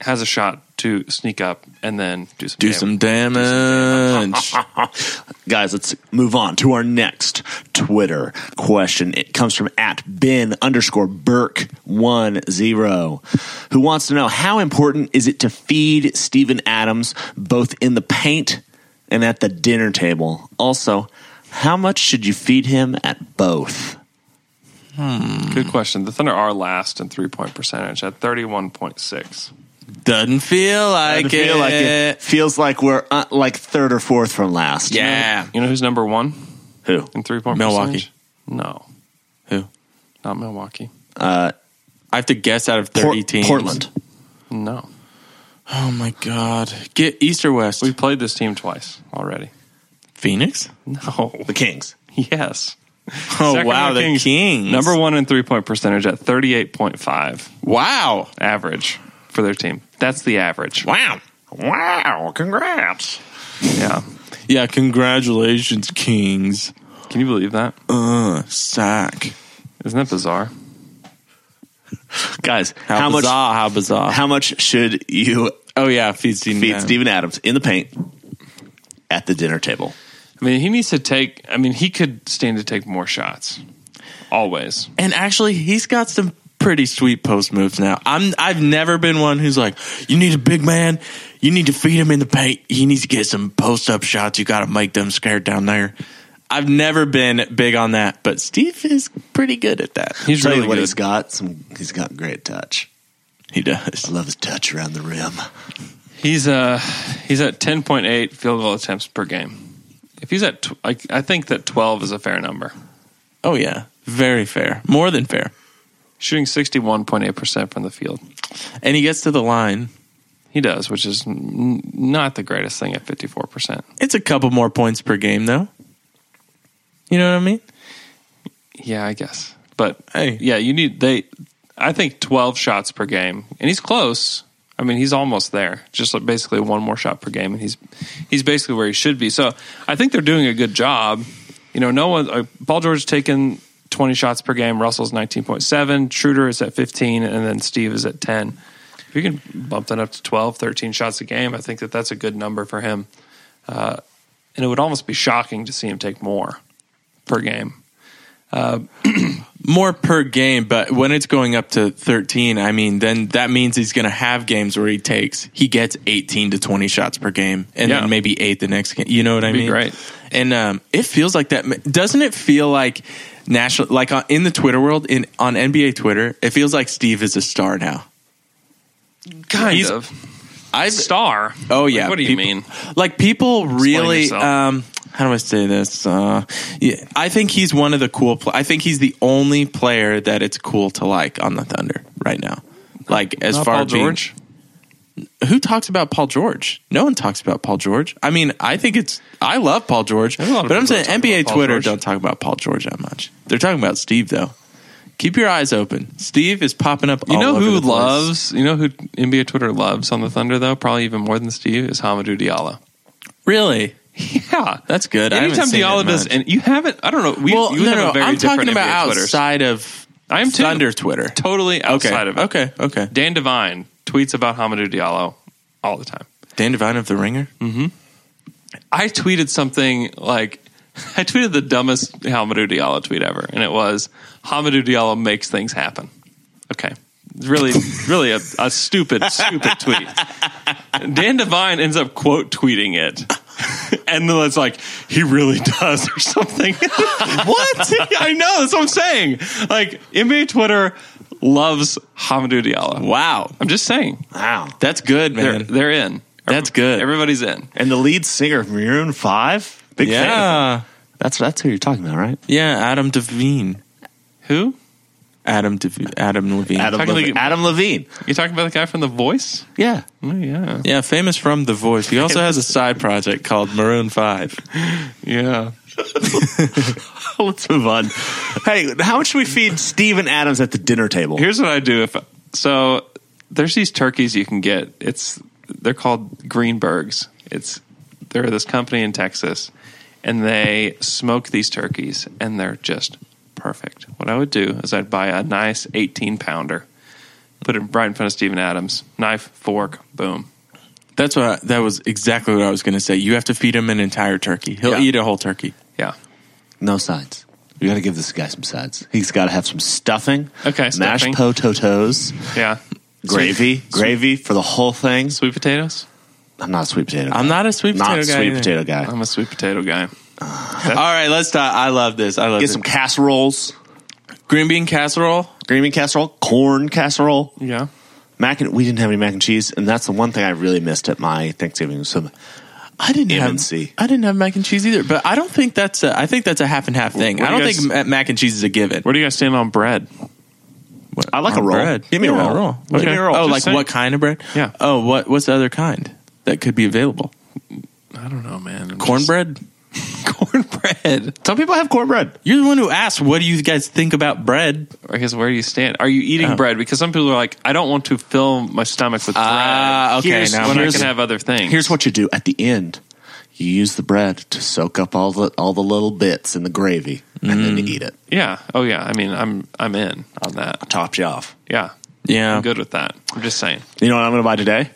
Speaker 5: has a shot to sneak up and then do some
Speaker 6: do
Speaker 5: damage.
Speaker 6: some damage.
Speaker 4: Guys, let's move on to our next Twitter question. It comes from at Ben underscore Burke one zero, who wants to know how important is it to feed Steven Adams both in the paint and at the dinner table? Also, how much should you feed him at both?
Speaker 5: Good question. The Thunder are last in three point percentage at thirty one point six.
Speaker 6: doesn't feel like,
Speaker 4: Doesn't feel like it feels like we're uh, like third or fourth from last.
Speaker 6: Yeah.
Speaker 5: You know who's number one
Speaker 4: Who?
Speaker 5: in three point
Speaker 6: Milwaukee.
Speaker 5: No,
Speaker 6: Who?
Speaker 5: not Milwaukee.
Speaker 6: I have to guess out of
Speaker 4: Por-
Speaker 6: 30 teams.
Speaker 4: Portland.
Speaker 5: No.
Speaker 6: Oh my God. Get East or West?
Speaker 5: We played this team twice already.
Speaker 6: Phoenix?
Speaker 5: No.
Speaker 4: The Kings.
Speaker 5: Yes.
Speaker 6: Oh
Speaker 5: Sacramento
Speaker 6: wow, the Kings.
Speaker 5: Number one in three point percentage at 38.5
Speaker 6: Wow.
Speaker 5: average for their team. That's the average.
Speaker 6: Wow.
Speaker 4: Wow, congrats.
Speaker 5: Yeah.
Speaker 6: Yeah, congratulations, Kings.
Speaker 5: Can you believe that?
Speaker 6: Uh, sack.
Speaker 5: Isn't that bizarre?
Speaker 4: Guys,
Speaker 6: How,
Speaker 4: how, much
Speaker 6: bizarre, how bizarre.
Speaker 4: how much should you
Speaker 6: oh yeah, feed Steven.
Speaker 4: beat
Speaker 6: Adams.
Speaker 4: Steven Adams in the paint at the dinner table.
Speaker 5: I mean, he needs to take, I mean, he could stand to take more shots. Always.
Speaker 6: And actually he's got some pretty sweet post moves now. I'm I've never been one who's like, you need a big man, you need to feed him in the paint, he needs to get some post up shots, you gotta make them scared down there. I've never been big on that, but Steve is pretty good at that.
Speaker 5: He's
Speaker 4: Tell
Speaker 5: really
Speaker 4: you what
Speaker 5: good.
Speaker 4: he's got. Some he's got great touch.
Speaker 6: He does.
Speaker 4: I love his touch around the rim.
Speaker 5: He's uh he's at 10.8 field goal attempts per game. If he's at, tw- I, I think that 12 is a fair number.
Speaker 6: Oh yeah. Very fair. More than fair.
Speaker 5: Shooting 61.8% from the field.
Speaker 6: And he gets to the line.
Speaker 5: He does, which is n- not the greatest thing at 54%.
Speaker 6: It's a couple more points per game, though. You know what I mean?
Speaker 5: Yeah, I guess. But
Speaker 6: Hey.
Speaker 5: yeah, you need they. I think twelve shots per game, and he's close. I mean, he's almost there. Just like basically one more shot per game, and he's he's basically where he should be. So I think they're doing a good job. You know, no one. Uh, Paul George taking twenty shots per game. Russell's nineteen point seven. Schroeder is at fifteen, and then Steve is at ten. If you can bump that up to 12, 13 shots a game, I think that that's a good number for him. Uh, and it would almost be shocking to see him take more per game.
Speaker 6: More per game, but when it's going up to 13, I mean, then that means he's going to have games where he takes, he gets 18 to 20 shots per game and
Speaker 5: Yeah.
Speaker 6: then maybe eight the next game. You know what I
Speaker 5: Be
Speaker 6: mean?
Speaker 5: great.
Speaker 6: And um, it feels like that. Doesn't it feel like national, like on, in the Twitter world, in on NBA Twitter, it feels like Steve is a star now.
Speaker 5: Kind
Speaker 6: He's-
Speaker 5: of.
Speaker 6: I've,
Speaker 5: star.
Speaker 6: Oh
Speaker 5: Like,
Speaker 6: yeah.
Speaker 5: what do you
Speaker 6: People-
Speaker 5: mean?
Speaker 6: Like people really.
Speaker 5: yourself.
Speaker 6: Um, how do I say this? Uh, yeah, I think he's one of the cool. Pl- I think he's the only player that it's cool to like on the Thunder right now. Like as
Speaker 5: Not
Speaker 6: far
Speaker 5: Paul
Speaker 6: as being-
Speaker 5: George.
Speaker 6: who talks about Paul George? No one talks about Paul George. I mean, I think it's I love Paul George,
Speaker 5: There's a lot of
Speaker 6: but I'm
Speaker 5: people
Speaker 6: saying
Speaker 5: that talk
Speaker 6: NBA
Speaker 5: about Paul
Speaker 6: Twitter
Speaker 5: George.
Speaker 6: don't talk about Paul George that much. They're talking about Steve though. Keep your eyes open. Steve is popping up.
Speaker 5: You
Speaker 6: all
Speaker 5: know
Speaker 6: over
Speaker 5: who
Speaker 6: the place.
Speaker 5: loves? You know who NBA Twitter loves on the Thunder though? Probably even more than Steve is Hamadou Diallo.
Speaker 6: Really?
Speaker 5: Yeah,
Speaker 6: That's good. I haven't
Speaker 5: Anytime
Speaker 6: seen it
Speaker 5: Diallo does,
Speaker 6: much.
Speaker 5: and you haven't. I don't know. We,
Speaker 6: well,
Speaker 5: you
Speaker 6: no,
Speaker 5: have
Speaker 6: no,
Speaker 5: a very
Speaker 6: I'm talking
Speaker 5: different
Speaker 6: about
Speaker 5: NBA Twitters.
Speaker 6: outside of
Speaker 5: I am too.
Speaker 6: Thunder Twitter.
Speaker 5: Totally outside
Speaker 6: okay.
Speaker 5: of it.
Speaker 6: Okay. Okay.
Speaker 5: Dan Devine tweets about Hamadou Diallo all the time.
Speaker 6: Dan Devine of The Ringer.
Speaker 5: Mm. I tweeted something like I tweeted the dumbest Hamadou Diallo tweet ever, and it was Hamadou Diallo makes things happen. Okay, It's really, really a, a stupid, stupid tweet. Dan Devine ends up quote tweeting it. And then it's like he really does or something. what? I know. That's what I'm saying. Like NBA Twitter loves Hamadou Diallo.
Speaker 6: Wow.
Speaker 5: I'm just saying
Speaker 4: Wow.
Speaker 6: That's good,
Speaker 5: they're
Speaker 6: man.
Speaker 5: they're in.
Speaker 6: That's good.
Speaker 5: Everybody's in.
Speaker 4: And the lead singer from Maroon Five. Big fan.
Speaker 6: yeah.
Speaker 4: That's that's who you're talking about, right?
Speaker 6: Yeah. Adam Devine.
Speaker 5: Who?
Speaker 6: Adam Dev- Adam Levine.
Speaker 4: Adam
Speaker 5: Technically-
Speaker 4: Levine. Adam Levine.
Speaker 5: You talking about the guy from The Voice?
Speaker 4: Yeah.
Speaker 5: Oh, yeah.
Speaker 6: Yeah, famous from The Voice. He also has a side project called Maroon Five.
Speaker 5: Yeah.
Speaker 4: Let's move on. Hey, how much should we feed Steven Adams at the dinner table?
Speaker 5: Here's what I do if so there's these turkeys you can get. It's they're called Greenbergs. It's they're this company in Texas and they smoke these turkeys and they're just perfect. What I would do is I'd buy a nice 18 pounder, put it right in front of Stephen Adams, knife, fork, boom.
Speaker 6: That's what. that was exactly what I was going to say. You have to feed him an entire turkey. He'll
Speaker 5: Yeah.
Speaker 6: eat a whole turkey.
Speaker 5: Yeah.
Speaker 4: No sides. You got to give this guy some sides. He's got to have some stuffing.
Speaker 5: Okay,
Speaker 4: Mashed
Speaker 5: stuffing.
Speaker 4: potatoes,
Speaker 5: Yeah.
Speaker 4: gravy, gravy for the whole thing.
Speaker 5: Sweet potatoes?
Speaker 4: I'm not a sweet potato.
Speaker 6: I'm not a sweet
Speaker 4: not
Speaker 6: potato
Speaker 4: a
Speaker 6: guy.
Speaker 4: sweet
Speaker 6: either.
Speaker 4: potato guy.
Speaker 5: I'm a sweet potato guy.
Speaker 6: All right, let's talk. I love this. I love
Speaker 4: Get
Speaker 6: this.
Speaker 4: some casseroles,
Speaker 6: green bean casserole.
Speaker 4: green bean casserole, corn casserole,
Speaker 5: Yeah.
Speaker 4: mac and we didn't have any mac and cheese, and that's the one thing I really missed at my Thanksgiving. was Some
Speaker 6: I didn't
Speaker 4: M&C.
Speaker 6: have. I didn't have mac and cheese either. But I don't think that's. A, I think that's a half and half thing.
Speaker 5: What
Speaker 6: I
Speaker 5: do you
Speaker 6: don't
Speaker 5: guys-
Speaker 6: think ma- mac and cheese is a given.
Speaker 5: Where do you guys stand on bread?
Speaker 4: I like a
Speaker 6: On
Speaker 4: roll.
Speaker 6: bread.
Speaker 4: Give me
Speaker 6: Yeah,
Speaker 4: a roll.
Speaker 6: Okay.
Speaker 5: Give me a roll.
Speaker 6: Oh,
Speaker 5: Just
Speaker 6: like
Speaker 5: saying.
Speaker 6: what kind of bread?
Speaker 5: Yeah.
Speaker 6: Oh, what what's the other kind that could be available?
Speaker 5: I don't know, man. I'm
Speaker 6: Cornbread. cornbread.
Speaker 4: Some people have cornbread.
Speaker 6: You're the one who asked. What do you guys think about bread?
Speaker 5: just- I guess where do you stand? Are you eating
Speaker 6: Oh.
Speaker 5: bread? Because some people are like, I don't want to fill my stomach with bread.
Speaker 6: Ah, okay,
Speaker 5: Here's
Speaker 6: now
Speaker 5: when I
Speaker 6: here's-
Speaker 5: can have other things.
Speaker 4: Here's what you do at the end. You use the bread to soak up all the all the little bits in the gravy, and then you eat it.
Speaker 5: yeah. Oh yeah. I mean, I'm I'm in on that.
Speaker 4: Topped you off.
Speaker 5: Yeah,
Speaker 6: Yeah.
Speaker 5: I'm good with that. I'm just saying.
Speaker 4: You know what I'm going to buy today?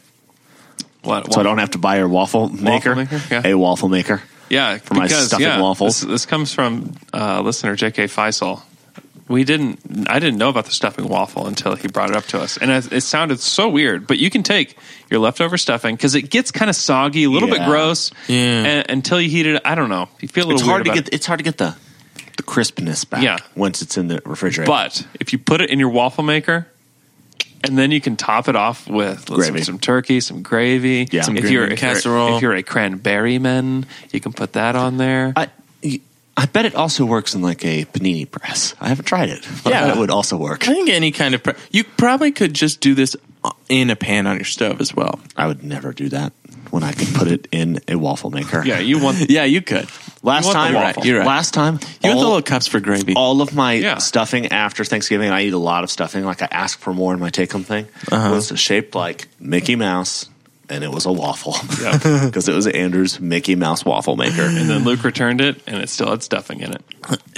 Speaker 5: What?
Speaker 4: So I don't have to buy your waffle maker.
Speaker 5: maker? Yeah.
Speaker 4: A waffle maker.
Speaker 5: yeah, for
Speaker 4: my stuffing waffles.
Speaker 5: This, this comes from uh, listener J.K. Faisal. We didn't. I didn't know about the stuffing waffle until he brought it up to us, and it, it sounded so weird. But you can take your leftover stuffing because it gets kind of soggy, a little bit
Speaker 4: Yeah.
Speaker 5: gross.
Speaker 6: Yeah.
Speaker 5: And, until you heat it, I don't know. You feel a little.
Speaker 4: It's hard
Speaker 5: weird
Speaker 4: to
Speaker 5: about
Speaker 4: get. It's hard to get the the crispness back.
Speaker 5: Yeah.
Speaker 4: Once it's in the refrigerator.
Speaker 5: But if you put it in your waffle maker, and then you can top it off with let's
Speaker 4: Gravy.
Speaker 5: say, some turkey, some gravy.
Speaker 4: Yeah. Some
Speaker 5: if
Speaker 6: green
Speaker 5: you're
Speaker 6: bean
Speaker 5: if you're-
Speaker 6: casserole.
Speaker 5: if you're a cranberry man, you can put that on there.
Speaker 4: I. I bet it also works in like a panini press. I haven't tried it. But I
Speaker 6: Yeah.
Speaker 4: bet it would also work.
Speaker 6: I think any kind of pre- you probably could just do this in a pan on your stove as well.
Speaker 4: I would never do that when I could put it in a waffle maker.
Speaker 5: yeah, you want.
Speaker 6: Yeah, you could.
Speaker 4: Last
Speaker 6: You want the
Speaker 4: time,
Speaker 6: waffle. You're right.
Speaker 4: last time,
Speaker 6: You want the
Speaker 4: all,
Speaker 6: little cups for gravy.
Speaker 4: all of my
Speaker 5: Yeah.
Speaker 4: stuffing after Thanksgiving, and I eat a lot of stuffing. Like I ask for more in my take home thing.
Speaker 6: Uh-huh.
Speaker 4: Was shaped like Mickey Mouse, and it was a waffle because it was Andrew's Mickey Mouse waffle maker.
Speaker 5: And then Luke returned it, and it still had stuffing in it.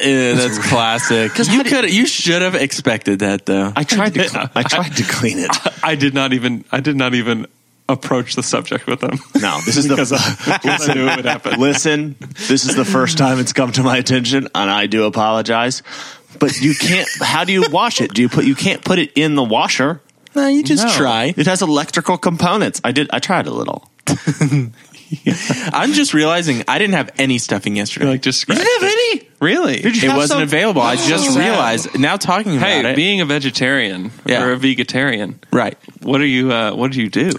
Speaker 6: Ew, that's classic. You could. You should have expected that though.
Speaker 4: I tried to, cl- I tried to clean it.
Speaker 5: I did not even. I did not even approach the subject with them.
Speaker 4: No, this is the listen, listen. This is the first time it's come to my attention, and I do apologize. But you can't. How do you wash it? Do you put? You can't put it in the washer.
Speaker 6: no, you just
Speaker 5: No.
Speaker 6: try.
Speaker 4: It has electrical components. I did. I tried a little.
Speaker 6: I'm just realizing I didn't have any stuffing yesterday.
Speaker 5: like just scratched it.
Speaker 4: any.
Speaker 5: really.
Speaker 6: it wasn't available. I just realized now talking about
Speaker 5: hey,
Speaker 6: it.
Speaker 5: being a vegetarian
Speaker 6: Yeah.
Speaker 5: or a vegetarian,
Speaker 6: right.
Speaker 5: what are you? Uh, what do you do?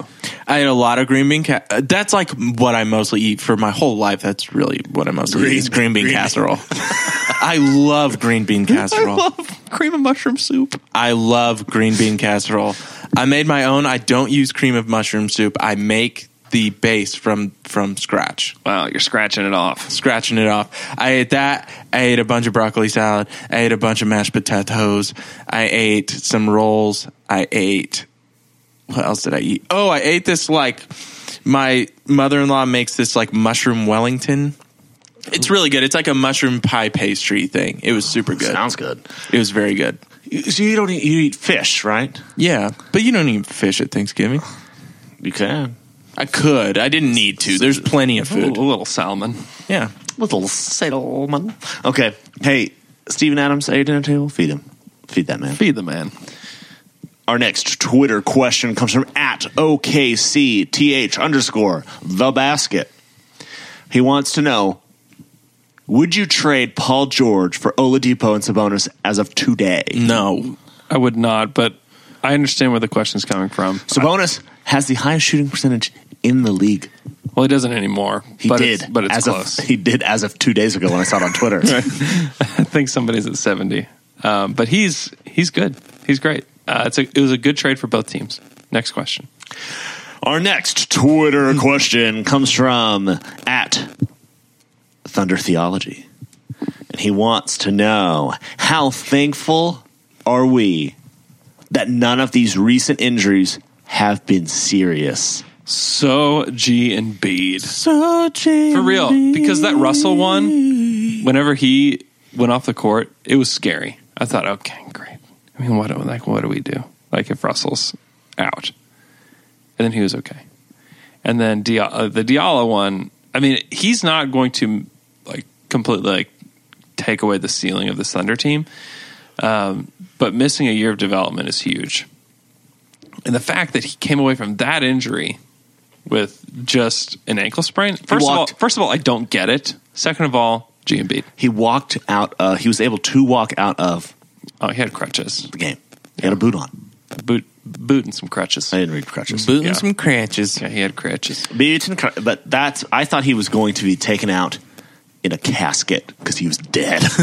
Speaker 6: I had a lot of green bean. Ca- uh, that's like what I mostly eat for my whole life. That's really what I mostly eat is green bean casserole. I love green bean casserole.
Speaker 5: cream of mushroom soup.
Speaker 6: I love green bean casserole. I made my own. I don't use cream of mushroom soup. I make the base from from scratch,
Speaker 5: Wow, you're scratching it off.
Speaker 6: scratching it off. I ate that. I ate a bunch of broccoli salad. I ate a bunch of mashed potatoes. I ate some rolls. I ate. What else did I eat? Oh, I ate this like my mother in law makes this like mushroom Wellington. It's really good. It's like a mushroom pie pastry thing. It was super good.
Speaker 4: Sounds good.
Speaker 6: It was very good.
Speaker 4: So you don't eat, you eat fish, right?
Speaker 6: Yeah, but you don't eat fish at Thanksgiving.
Speaker 4: You can.
Speaker 6: I could. I didn't need to. There's plenty of
Speaker 5: A
Speaker 6: food.
Speaker 5: little, a little salmon.
Speaker 6: Yeah.
Speaker 4: Little salmon. Okay. Hey, Stephen Adams at your dinner table, feed him. Feed that man.
Speaker 5: Feed the man.
Speaker 4: Our next Twitter question comes from at OKCTH underscore the basket. He wants to know Would you trade Paul George for Oladipo and Sabonis as of today?
Speaker 5: Mm.
Speaker 6: No.
Speaker 5: I would not, but I understand where the question's coming from.
Speaker 4: Sabonis has the highest shooting percentage in the league.
Speaker 5: Well, he doesn't anymore.
Speaker 4: He
Speaker 5: but
Speaker 4: did,
Speaker 5: It's, but it's
Speaker 4: as
Speaker 5: close.
Speaker 4: Of, he did as of two days ago when I saw it on Twitter.
Speaker 5: I think somebody's at seventy. Um, but he's he's good. He's great. Uh, it's a, it was a good trade for both teams. Next question.
Speaker 4: Our next Twitter question comes from at Thunder Theology. And he wants to know how thankful are we that none of these recent injuries have been serious?
Speaker 5: So G and Bede. So G for real because that Russell one, whenever he went off the court, it was scary. I thought, okay, great. I mean, what do- like what do we do? Like if Russell's out, and then he was okay, and then Dia- uh, the Diallo one. I mean, he's not going to like completely like take away the ceiling of the Thunder team, um, but missing a year of development is huge. And the fact that he came away from that injury with just an ankle sprain. First of all,
Speaker 4: walked.
Speaker 5: first of all, I don't get it. Second of all, G and B.
Speaker 4: He walked out, uh, he was able to walk out of
Speaker 5: Oh, he had crutches,
Speaker 4: the game. He had a boot on.
Speaker 5: boot, boot, and some crutches.
Speaker 4: I didn't read crutches.
Speaker 6: Booting
Speaker 5: Yeah.
Speaker 6: some crunches.
Speaker 5: Yeah, he had crutches.
Speaker 4: Boot and cr- but that's, I thought he was going to be taken out in a casket because he was dead.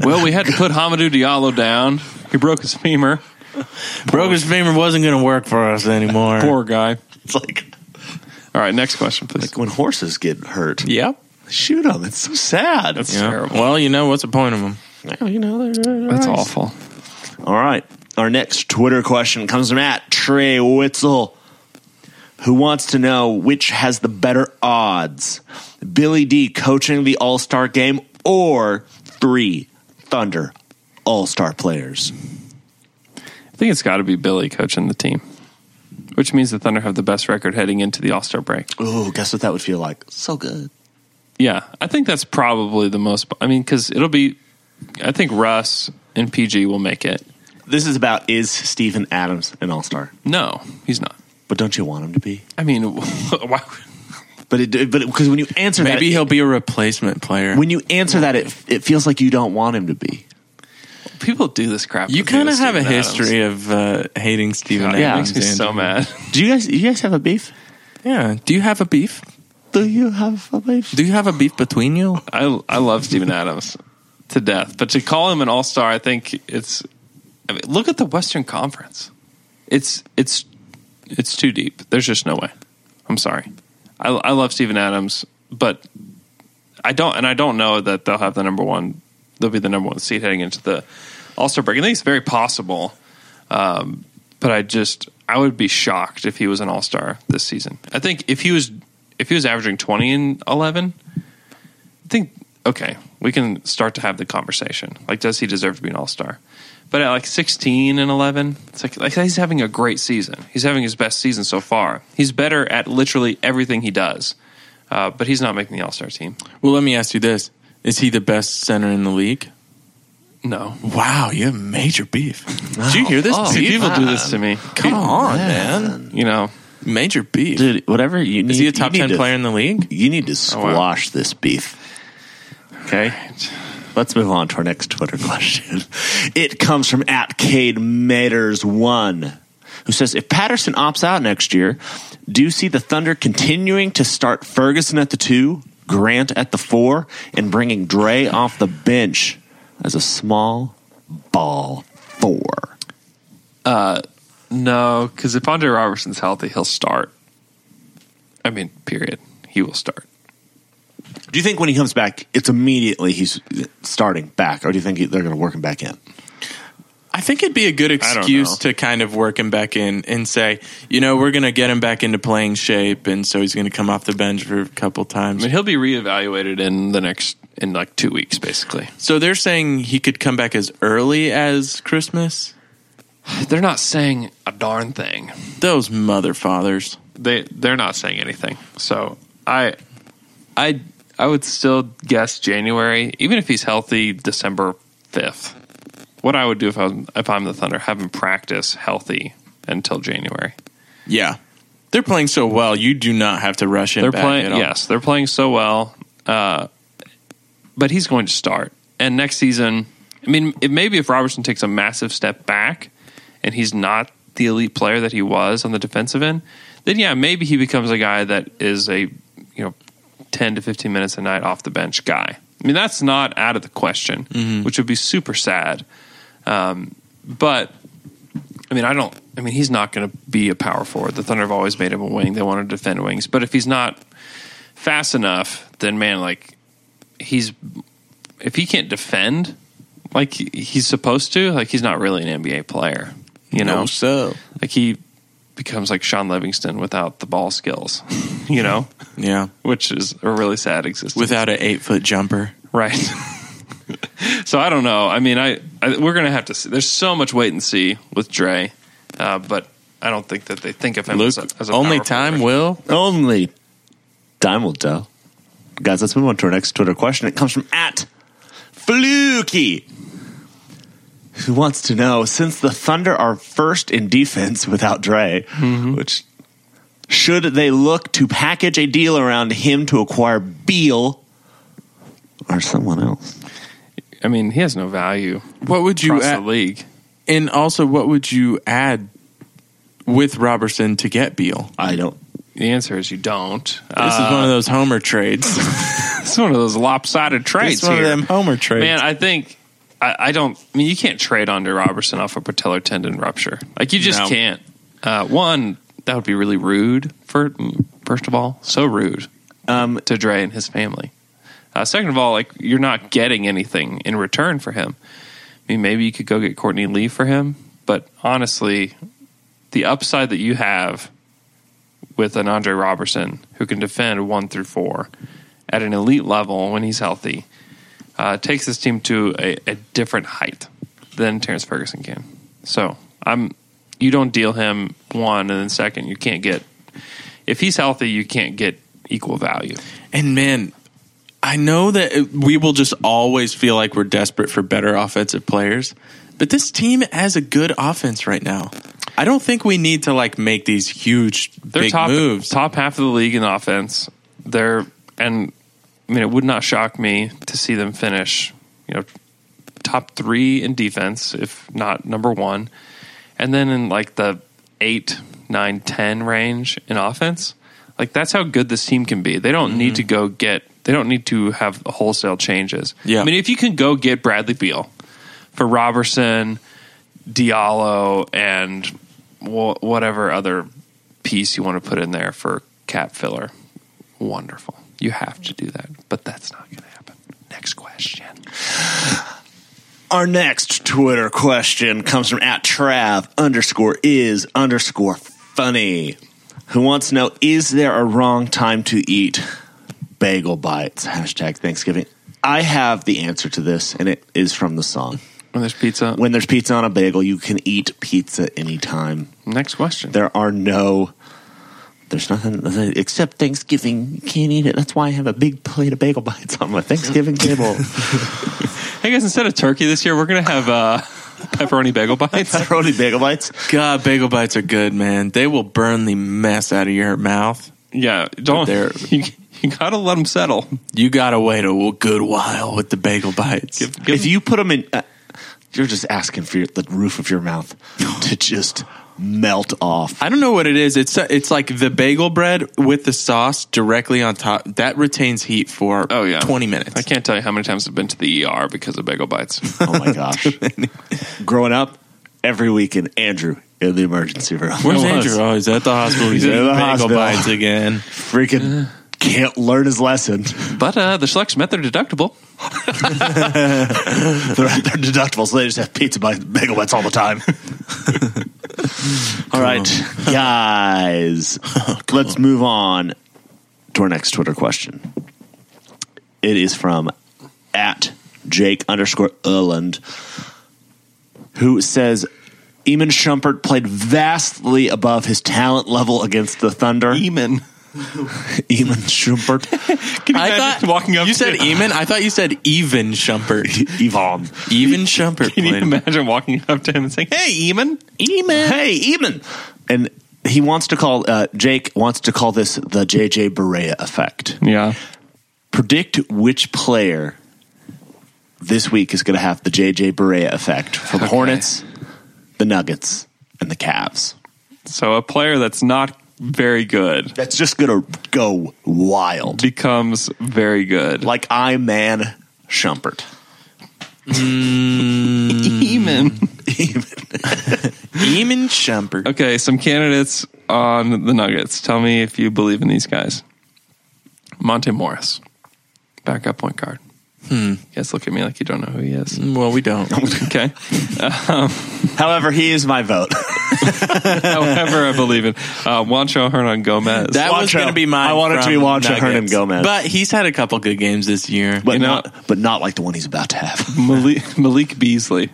Speaker 5: Well, we had to put Hamadou Diallo down. He broke his femur.
Speaker 6: Broke his finger wasn't going to work for us anymore.
Speaker 5: Poor guy.
Speaker 4: it's like,
Speaker 5: All right, next question, please.
Speaker 4: like when horses get hurt.
Speaker 6: Yep.
Speaker 4: shoot them. It's so sad.
Speaker 5: That's
Speaker 6: Yeah.
Speaker 5: terrible.
Speaker 6: Well, you know what's the point of them?
Speaker 4: you know, uh,
Speaker 5: That's awful.
Speaker 4: All right. Our next Twitter question comes from at Trey Witzel, who wants to know which has the better odds: Billy D coaching the All Star game or three Thunder All Star players?
Speaker 5: I think it's got to be Billy coaching the team, which means the Thunder have the best record heading into the All Star break.
Speaker 4: Oh, guess what that would feel like? So good.
Speaker 5: Yeah, I think that's probably the most. I mean, because it'll be. I think Russ and PG will make it.
Speaker 4: This is about is Steven Adams an All Star?
Speaker 5: No, he's not.
Speaker 4: But don't you want him to be?
Speaker 5: I mean, why?
Speaker 4: But it, but because when you answer that,
Speaker 6: Maybe he'll be a replacement player.
Speaker 4: when you answer that, it it feels like you don't want him to be.
Speaker 5: people do this crap.
Speaker 6: You
Speaker 5: with me
Speaker 6: kind of
Speaker 5: with
Speaker 6: have a
Speaker 5: Steven Adams.
Speaker 6: history of uh, hating Steven
Speaker 5: God,
Speaker 6: Adams.
Speaker 5: it makes me
Speaker 6: Andrew.
Speaker 5: so mad.
Speaker 4: Do you guys do you guys have a beef?
Speaker 6: Yeah. Do you have a beef?
Speaker 4: Do you have a beef?
Speaker 6: Do you have a beef between you?
Speaker 5: I I love Steven Adams to death, but to call him an all star, I think it's. I mean, look at the Western Conference. It's it's it's too deep. There's just no way. I'm sorry. I I love Steven Adams, but I don't, and I don't know that they'll have the number one. They'll be the number one seed heading into the All Star break. I think it's very possible, um, but I just I would be shocked if he was an All Star this season. I think if he was if he was averaging twenty and eleven, I think okay, we can start to have the conversation. Like, does he deserve to be an All Star? But at like sixteen and eleven, it's like like he's having a great season. He's having his best season so far. He's better at literally everything he does. Uh, but he's not making the All Star team.
Speaker 6: Well, let me ask you this: Is he the best center in the league?
Speaker 5: No,
Speaker 6: Wow, you have major beef. Did you hear this?
Speaker 5: Oh,
Speaker 6: beef?
Speaker 5: people do this to me.
Speaker 6: Come on, man.
Speaker 5: You know,
Speaker 6: Major beef.
Speaker 4: Dude, whatever you need.
Speaker 6: Is he a
Speaker 4: you
Speaker 6: top
Speaker 4: need
Speaker 6: ten
Speaker 4: to-
Speaker 6: player in the league?
Speaker 4: You need to
Speaker 5: Oh, wow.
Speaker 4: squash this beef. Okay. Let's move on to our next Twitter question. It comes from at Cade Maters1, who says If Patterson opts out next year, do you see the Thunder continuing to start Ferguson at the two, Grant at the four, and bringing Dre off the bench as a small ball four?
Speaker 5: no, because if Andre Robertson's healthy, he'll start. I mean, period. He will start.
Speaker 4: Do you think when he comes back, it's immediately he's starting back, or do you think they're going to work him back in?
Speaker 6: I think it'd be a good
Speaker 5: don't
Speaker 6: excuse
Speaker 5: know.
Speaker 6: to kind of work him back in and say, you know, we're going to get him back into playing shape, and so he's going to come off the bench for a couple
Speaker 5: I
Speaker 6: times.
Speaker 5: mean, he'll be reevaluated in the next in like two weeks, basically.
Speaker 6: So they're saying he could come back as early as Christmas.
Speaker 5: They're not saying a darn thing.
Speaker 6: Those mother fathers.
Speaker 5: They they're not saying anything. So I I I would still guess January, even if he's healthy, December fifth. What I would do if I'm if I'm the Thunder, have him practice healthy until January.
Speaker 6: Yeah, they're playing so well. You do not have to rush in.
Speaker 5: They're
Speaker 6: back
Speaker 5: playing.
Speaker 6: At all.
Speaker 5: Yes, they're playing so well. Uh, but he's going to start, and next season, I mean, it maybe if Robertson takes a massive step back, and he's not the elite player that he was on the defensive end, then yeah, maybe he becomes a guy that is a you know ten to fifteen minutes a night off the bench guy. I mean, that's not out of the question,
Speaker 6: Mm-hmm.
Speaker 5: which would be super sad. Um, but I mean, I don't. I mean, he's not going to be a power forward. The Thunder have always made him a wing. They want to defend wings, but if he's not fast enough, then man, like he's if he can't defend like he- he's supposed to, like he's not really an NBA player. You know,
Speaker 6: No, so
Speaker 5: like he becomes like Sean Livingston without the ball skills. You know,
Speaker 6: yeah,
Speaker 5: which is a really sad existence.
Speaker 6: without an eight foot jumper.
Speaker 5: Right. so I don't know. I mean, I, I we're gonna have to. see. There's so much wait and see with Dre, uh, but I don't think that they think of him
Speaker 6: Luke,
Speaker 5: as a, as a
Speaker 6: only
Speaker 5: power
Speaker 6: time
Speaker 5: forward.
Speaker 6: will.
Speaker 4: Only time will tell. Guys, let's move on to our next Twitter question. It comes from at Fluky, who wants to know since the Thunder are first in defense without Dre, which should they look to package a deal around him to acquire Beal or someone else?
Speaker 5: I mean, he has no value
Speaker 6: What would you
Speaker 5: across
Speaker 6: add?
Speaker 5: the league.
Speaker 6: And also, what would you add with Robertson to get Beal?
Speaker 4: I don't.
Speaker 5: The answer is you don't.
Speaker 6: This is
Speaker 5: Uh,
Speaker 6: one of those Homer trades.
Speaker 5: It's one of those lopsided trades.
Speaker 6: it's one
Speaker 5: here.
Speaker 6: of them Homer trades.
Speaker 5: Man, I think I, I don't. I mean, you can't trade Andre Robertson off a patellar tendon rupture. Like you just
Speaker 6: No.
Speaker 5: can't. Uh, one, that would be really rude. For first of all, so rude um, to Dre and his family. Uh, second of all, like you're not getting anything in return for him. I mean, maybe you could go get Courtney Lee for him, but honestly, the upside that you have with an Andre Robertson who can defend one through four at an elite level when he's healthy uh, takes this team to a, a different height than Terrence Ferguson can. So I'm you don't deal him one, and then second you can't get if he's healthy you can't get equal value.
Speaker 6: And man, I know that it- we will just always feel like we're desperate for better offensive players, but this team has a good offense right now. I don't think we need to like make these huge
Speaker 5: They're
Speaker 6: big
Speaker 5: top
Speaker 6: moves.
Speaker 5: top half of the league in offense. They're and I mean it would not shock me to see them finish you know top three in defense if not number one, and then in like the eight nine ten range in offense. Like that's how good this team can be. They don't need to go get. They don't need to have wholesale changes.
Speaker 6: Yeah.
Speaker 5: I mean if you can go get Bradley Beal for Robertson, Diallo, and wh- whatever other piece you want to put in there for cap filler. Wonderful. You have to do that, but that's not going to happen. Next question.
Speaker 4: Our next Twitter question comes from at Trav underscore is underscore funny, who wants to know is there a wrong time to eat bagel bites? Hashtag Thanksgiving. I have the answer to this, and it is from the song.
Speaker 5: When there's pizza,
Speaker 4: When there's pizza on a bagel, you can eat pizza anytime.
Speaker 5: next question.
Speaker 4: There are no, there's nothing except Thanksgiving. You can't eat it. That's why I have a big plate of bagel bites on my Thanksgiving table.
Speaker 5: Hey guys, instead of turkey this year, we're going to have uh, pepperoni bagel bites.
Speaker 4: Pepperoni bagel bites.
Speaker 6: God, bagel bites are good, man. They will burn the mess out of your mouth.
Speaker 5: Yeah, don't.
Speaker 6: They're-
Speaker 5: You, you got to let them settle.
Speaker 6: You gotta wait a good while with the bagel bites.
Speaker 4: if you put them in, uh, you're just asking for your, the roof of your mouth to just melt off.
Speaker 6: I don't know what it is. It's it's like the bagel bread with the sauce directly on top that retains heat for
Speaker 5: Oh, yeah.
Speaker 6: twenty minutes.
Speaker 5: I can't tell you how many times I've been to the ER because of bagel bites.
Speaker 4: Oh my gosh! Growing up, every weekend, Andrew in the emergency room,
Speaker 6: Where's
Speaker 5: It was.
Speaker 6: Andrew? Oh, he's at the hospital. He's
Speaker 4: He's at
Speaker 6: eating
Speaker 4: the
Speaker 6: bagel
Speaker 4: hospital.
Speaker 6: bites again. Uh.
Speaker 4: freaking can't learn his lesson.
Speaker 5: but uh, the Schlex met their deductible.
Speaker 4: They're at their deductible, so they just have pizza bites, bagel bites all the time. all right, guys, let's move on to our next Twitter question. It is from at Jake underscore Erland, who says Eamon Shumpert played vastly above his talent level against the Thunder.
Speaker 5: Eamon.
Speaker 4: Eamon Shumpert.
Speaker 6: I
Speaker 5: imagine
Speaker 6: thought
Speaker 5: walking up
Speaker 6: You said
Speaker 5: to-
Speaker 6: Eamon. I thought you said even Shumpert.
Speaker 4: E- Yvonne.
Speaker 6: Even Shumpert.
Speaker 5: Can you
Speaker 6: played.
Speaker 5: imagine walking up to him and saying, "Hey, Eamon, Eamon,
Speaker 4: Hey, Eamon. And he wants to call, uh, Jake wants to call this the JJ Barea effect.
Speaker 5: Yeah,
Speaker 4: Predict which player this week is going to have the JJ Barea effect for the
Speaker 5: Okay.
Speaker 4: Hornets, the Nuggets, and the Cavs.
Speaker 5: so a player that's not very good
Speaker 4: That's just going to go wild.
Speaker 5: becomes very good.
Speaker 4: Like I man Shumpert.
Speaker 5: Mm. Eamon.
Speaker 6: Eamon Shumpert.
Speaker 5: Okay, some candidates on the Nuggets. Tell me if you believe in these guys. Monte Morris, backup point guard. Hmm. You guys look at me like you don't know who he is.
Speaker 6: Um, Well, we don't.
Speaker 5: Okay.
Speaker 4: However, he is my vote.
Speaker 5: However, I believe in uh, Juancho Hernan Gomez.
Speaker 6: That was
Speaker 4: Wancho.
Speaker 6: going to be mine.
Speaker 4: I want it
Speaker 6: from
Speaker 4: to be Wancho
Speaker 6: Nuggets.
Speaker 4: Hernan Gomez.
Speaker 6: But he's had a couple good games this year.
Speaker 4: But
Speaker 5: You know-
Speaker 4: not but not like the one he's about to have.
Speaker 5: Malik, Malik Beasley.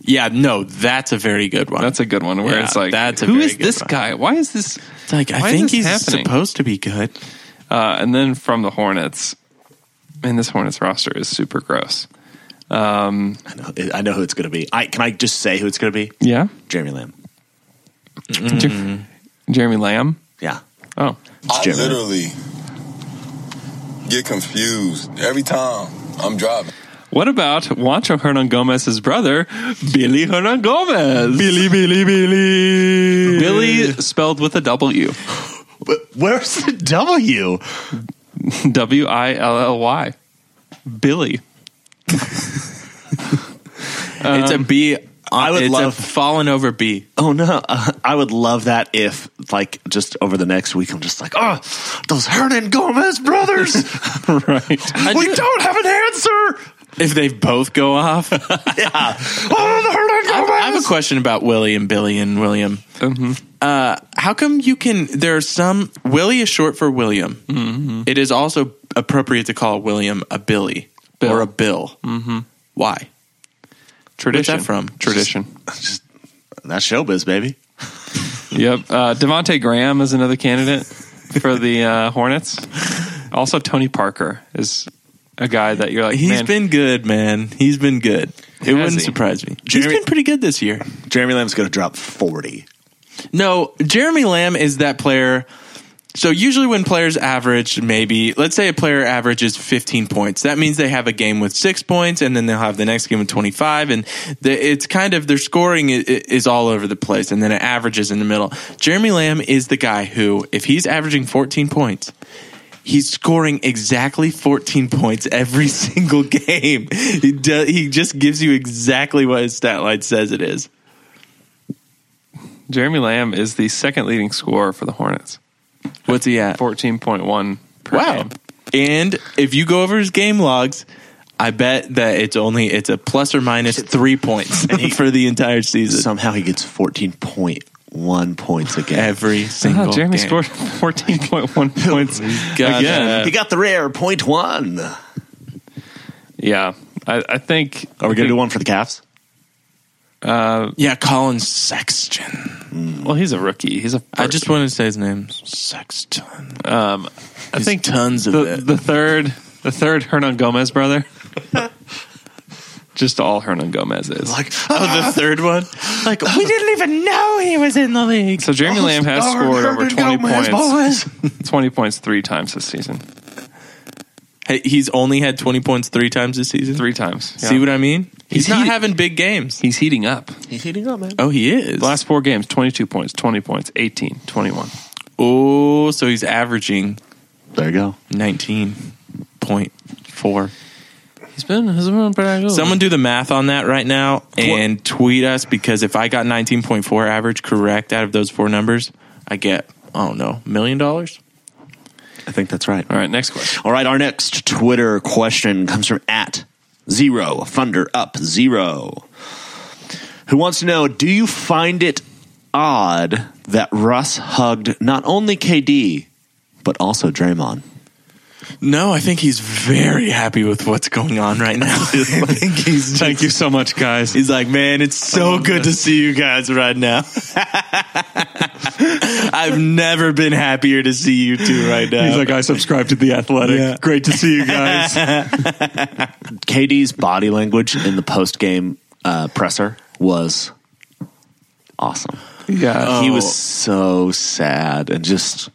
Speaker 6: yeah, no, that's a very good one.
Speaker 5: That's a good one. Where
Speaker 6: Yeah,
Speaker 5: it's like,
Speaker 6: that's a
Speaker 5: who
Speaker 6: very
Speaker 5: is
Speaker 6: good
Speaker 5: this
Speaker 6: one.
Speaker 5: guy? Why is this?
Speaker 6: It's like
Speaker 5: why
Speaker 6: I
Speaker 5: is
Speaker 6: think
Speaker 5: this
Speaker 6: he's
Speaker 5: happening?
Speaker 6: supposed to be good.
Speaker 5: Uh, and then from the Hornets, man, this Hornets roster is super gross.
Speaker 4: I know, I know who it's going to be. I, can I just say who it's going to be?
Speaker 5: Yeah,
Speaker 4: Jeremy Lamb.
Speaker 5: Jer-
Speaker 6: Mm-hmm.
Speaker 5: Jeremy Lamb.
Speaker 4: Yeah.
Speaker 5: Oh,
Speaker 8: I
Speaker 4: Jeremy.
Speaker 8: literally get confused every time I'm driving.
Speaker 5: what about Juancho Hernan Gomez's brother, Billy Hernan Gomez? Billy, Billy, Billy, Billy spelled with a W,
Speaker 4: But where's the W?
Speaker 5: W I L L Y, Billy.
Speaker 6: it's a B.
Speaker 4: I would
Speaker 6: it's
Speaker 4: love-
Speaker 6: a fallen over B.
Speaker 4: Oh no! Uh, I would love that if, like, just over the next week, I'm just like, oh, those Hernan Gomez brothers.
Speaker 5: Right.
Speaker 4: we don't have an answer.
Speaker 6: If they both go off,
Speaker 4: Yeah. Oh, the Hernan Gomez.
Speaker 6: I have a question about Willie and Billy and William. Uh, how come you can? There are some. Willie is short for William. It is also appropriate to call William a Billy
Speaker 5: Bill.
Speaker 6: or a Bill. Mm-hmm. Why?
Speaker 5: Tradition.
Speaker 6: that from?
Speaker 5: Tradition.
Speaker 4: That's showbiz, baby.
Speaker 5: Yep. Uh, Devonte Graham is another candidate for the uh, Hornets. Also, Tony Parker is a guy that you're like,
Speaker 6: He's
Speaker 5: man,
Speaker 6: been good, man. He's been good. It wouldn't
Speaker 5: he?
Speaker 6: surprise me.
Speaker 4: Jeremy-
Speaker 6: He's been pretty good this year.
Speaker 4: Jeremy Lamb's going to drop forty.
Speaker 6: No, Jeremy Lamb is that player. So usually when players average maybe let's say a player averages 15 points that means they have a game with 6 points and then they'll have the next game with 25 and the, it's kind of their scoring is, is all over the place and then it averages in the middle. Jeremy Lamb is the guy who if he's averaging 14 points he's scoring exactly 14 points every single game. He do, he just gives you exactly what his stat line says it is.
Speaker 5: Jeremy Lamb is the second leading scorer for the Hornets,
Speaker 6: What's he at?
Speaker 5: 14.1 per game.
Speaker 6: And if you go over his game logs, I bet that it's only it's a plus or minus three points for the entire season.
Speaker 4: Somehow he gets fourteen point one points a game.
Speaker 6: Every
Speaker 5: Ah,
Speaker 6: single
Speaker 5: Jeremy
Speaker 6: game.
Speaker 5: scored 14.1 points
Speaker 6: Gotcha.
Speaker 5: again.
Speaker 4: Uh, he got the rare point one. Are
Speaker 5: Yeah. I, I think.
Speaker 4: we going to do one for the Cavs?
Speaker 6: Yeah, Colin Sexton.
Speaker 5: Well, he's a rookie. He's a.
Speaker 6: I just wanted to say his name. Sexton.
Speaker 5: I think
Speaker 6: tons of
Speaker 5: the,
Speaker 6: it.
Speaker 5: the third, the third Hernan Gomez brother. just all Hernan Gomez is.
Speaker 6: Oh,
Speaker 4: Ah,
Speaker 6: the third one. Like we didn't even know he was in the league.
Speaker 5: So Jeremy Lamb has scored over 20 points, 20 points three times this season.
Speaker 6: Hey, he's only had twenty points three times this season.
Speaker 5: Three times. Yeah.
Speaker 6: See what I mean? He's,
Speaker 5: He's
Speaker 6: not
Speaker 5: heated.
Speaker 6: having big games.
Speaker 5: He's heating up.
Speaker 6: Oh, he is.
Speaker 5: The last four games, 22 points, 20 points, 18, 21.
Speaker 6: oh, so he's averaging
Speaker 4: There you go.
Speaker 6: nineteen point four.
Speaker 5: He's been, he's been pretty good.
Speaker 6: Someone do the math on that right now and tweet us because if I got 19.4 average correct out of those four numbers, I get, I don't know, million dollars?
Speaker 4: I think that's right.
Speaker 5: All right, next question.
Speaker 4: All right, our next Twitter question comes from at zero thunder up zero, who wants to know: Do you find it odd that Russ hugged not only KD but also Draymond?
Speaker 6: No, I think he's very happy with what's going on right now. He's like-
Speaker 5: Thank you so much, guys.
Speaker 6: He's like, man, it's so good to see you guys right now. I've never been happier to see you two right now.
Speaker 5: He's like, I subscribe to the Athletic.
Speaker 6: Yeah.
Speaker 5: Great to see you guys.
Speaker 4: KD's body language in the post game uh, presser was awesome.
Speaker 5: yeah,
Speaker 6: Oh,
Speaker 4: He
Speaker 9: Oh.
Speaker 4: was so sad and just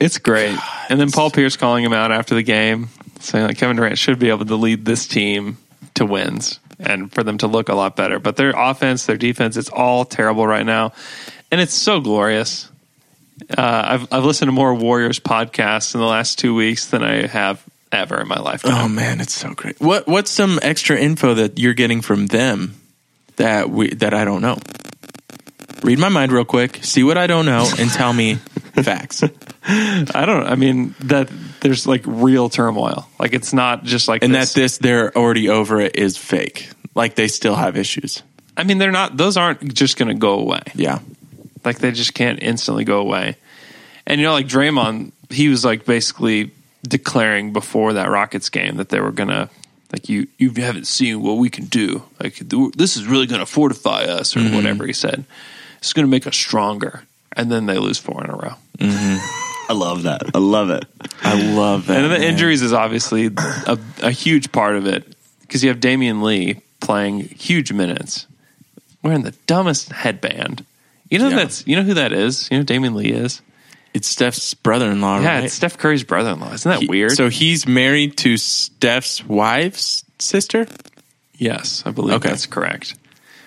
Speaker 5: It's great. And then Paul Pierce calling him out after the game, saying that Kevin Durant should be able to lead this team to wins and for them to look a lot better. But their offense, their defense, it's all terrible right now. And it's so glorious. Uh, I've, I've listened to more Warriors podcasts in the last two weeks than I have ever in my lifetime.
Speaker 6: oh man, it's so great. What what's some extra info that you're getting from them that we that I don't know? Read my mind real quick, see what I don't know, and tell me facts.
Speaker 5: I don't, I mean, that there's like real turmoil. Like it's not just like
Speaker 6: And
Speaker 5: this.
Speaker 6: that this they're already over it is fake. Like they still have issues.
Speaker 5: I mean, they're not, those aren't just going to go away.
Speaker 6: Yeah.
Speaker 5: Like they just can't instantly go away. And you know, like Draymond, he was like basically declaring before that Rockets game that they were gonna like you you haven't seen what we can do. Like th- this is really gonna fortify us or whatever he said. It's gonna make us stronger. And then they lose four in a row.
Speaker 4: I love that. I love it.
Speaker 6: I love that.
Speaker 5: And then the
Speaker 6: man.
Speaker 5: injuries is obviously a, a huge part of it because you have Damian Lee playing huge minutes, wearing the dumbest headband. You know
Speaker 6: Yeah.
Speaker 5: that's you know who that is. You know who Damian Lee is.
Speaker 6: It's Steph's brother-in-law,
Speaker 5: Yeah,
Speaker 6: right?
Speaker 5: it's Steph Curry's brother-in-law. Isn't that
Speaker 6: He-
Speaker 5: weird?
Speaker 6: So he's married to Steph's wife's sister.
Speaker 5: yes, I believe
Speaker 6: Okay.
Speaker 5: that's correct.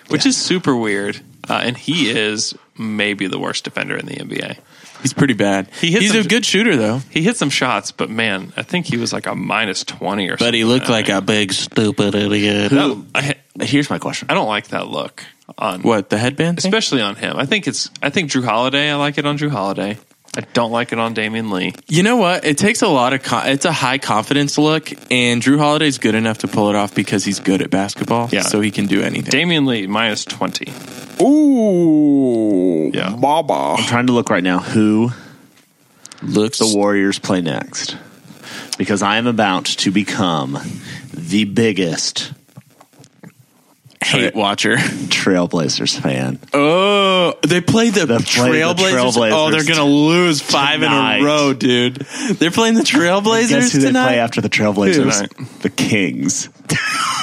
Speaker 5: Which is super weird. Uh, and he is maybe the worst defender in the NBA.
Speaker 6: He's pretty bad.
Speaker 5: He hits
Speaker 6: he's
Speaker 5: some-
Speaker 6: a good shooter though,
Speaker 5: He hit some shots, but man, I think he was like a minus twenty or something.
Speaker 6: but he looked like a big stupid idiot.
Speaker 5: That- I,
Speaker 4: Here's my question.
Speaker 5: I don't like that look on
Speaker 6: What the headband? thing?
Speaker 5: especially on him. I think it's I think Drew Holiday. I like it on Drew Holiday. I don't like it on Damian Lee.
Speaker 6: You know what? It takes a lot of. Con- it's a high confidence look, and Drew Holiday's good enough to pull it off because he's good at basketball.
Speaker 5: Yeah.
Speaker 6: so he can do anything.
Speaker 5: Damian Lee minus twenty.
Speaker 9: Ooh,
Speaker 5: Yeah.
Speaker 9: Baba.
Speaker 4: I'm trying to look right now who
Speaker 6: Looks
Speaker 4: the Warriors play next because I am about to become the biggest
Speaker 6: hate watcher.
Speaker 4: Trailblazers fan.
Speaker 6: Oh, they played the,
Speaker 4: They played the
Speaker 6: Trailblazers.
Speaker 4: Trailblazers
Speaker 6: Oh, they're gonna lose five
Speaker 4: tonight.
Speaker 6: in a row, dude. They're playing the Trailblazers
Speaker 4: Guess who they
Speaker 6: tonight.
Speaker 4: play after the Trailblazers? The Kings.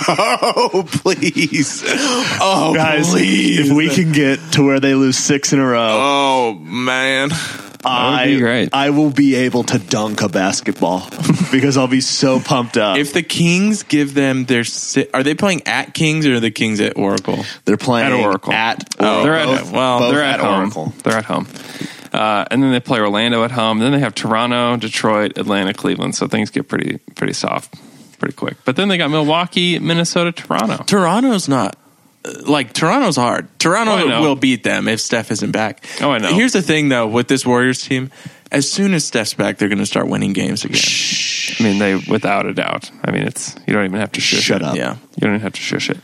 Speaker 4: oh, please.
Speaker 6: oh,
Speaker 4: Guys,
Speaker 6: please.
Speaker 4: if we can get to where they lose six in a row,
Speaker 9: Oh man,
Speaker 4: I,
Speaker 5: be great.
Speaker 4: I will be able to dunk a basketball because I'll be so pumped up.
Speaker 6: If the Kings give them their, si- are they playing at Kings or are the Kings at Oracle?
Speaker 4: they're playing
Speaker 5: At Oracle.
Speaker 4: At
Speaker 5: Oh, they're at
Speaker 4: both-
Speaker 5: well,
Speaker 4: both
Speaker 5: they're at, home. They're at home. Uh, and then they play Orlando at home. Then they have Toronto, Detroit, Atlanta, Cleveland. So things get pretty pretty soft, pretty quick. But then they got Milwaukee, Minnesota, Toronto.
Speaker 6: Toronto's not uh, like Toronto's hard.
Speaker 5: Oh, I
Speaker 6: Toronto
Speaker 5: know.
Speaker 6: will beat them if Steph isn't back.
Speaker 5: Oh, I know.
Speaker 6: Here's the thing though with this Warriors team, as soon as Steph's back, they're going to start winning games again.
Speaker 5: I mean, they without a doubt. I mean, it's you don't even have to shush
Speaker 4: Shut
Speaker 5: it.
Speaker 4: up.
Speaker 6: Yeah.
Speaker 5: You don't even have to shush it.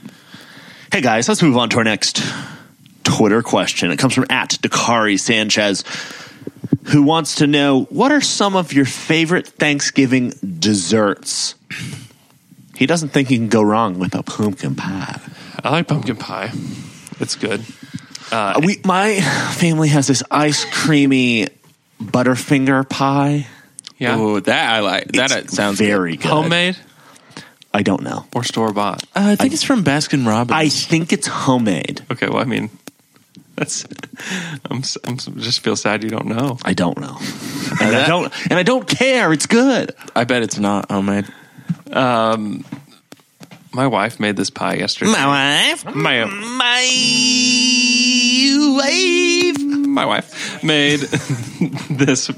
Speaker 4: Hey guys, let's move on to our next Twitter question. It comes from at Dakari Sanchez, who wants to know what are some of your favorite Thanksgiving desserts? He doesn't think you can go wrong with a pumpkin pie.
Speaker 5: I like pumpkin pie. It's good.
Speaker 4: Uh, we, my family has this ice creamy butterfinger pie.
Speaker 5: Yeah,
Speaker 6: Ooh, that I like. That uh,
Speaker 4: It's
Speaker 6: sounds
Speaker 4: very good.
Speaker 5: homemade
Speaker 4: I don't know.
Speaker 5: or store bought.
Speaker 6: Uh, I think it's from Baskin Robbins.
Speaker 4: I think it's homemade.
Speaker 5: Okay, well, I mean, that's I'm s- I'm s- just feel sad you don't know.
Speaker 4: I don't know. And I don't. And I don't care. It's good.
Speaker 6: I bet it's not homemade.
Speaker 5: My wife made this pie yesterday.
Speaker 6: wife,
Speaker 5: my, my wife made this.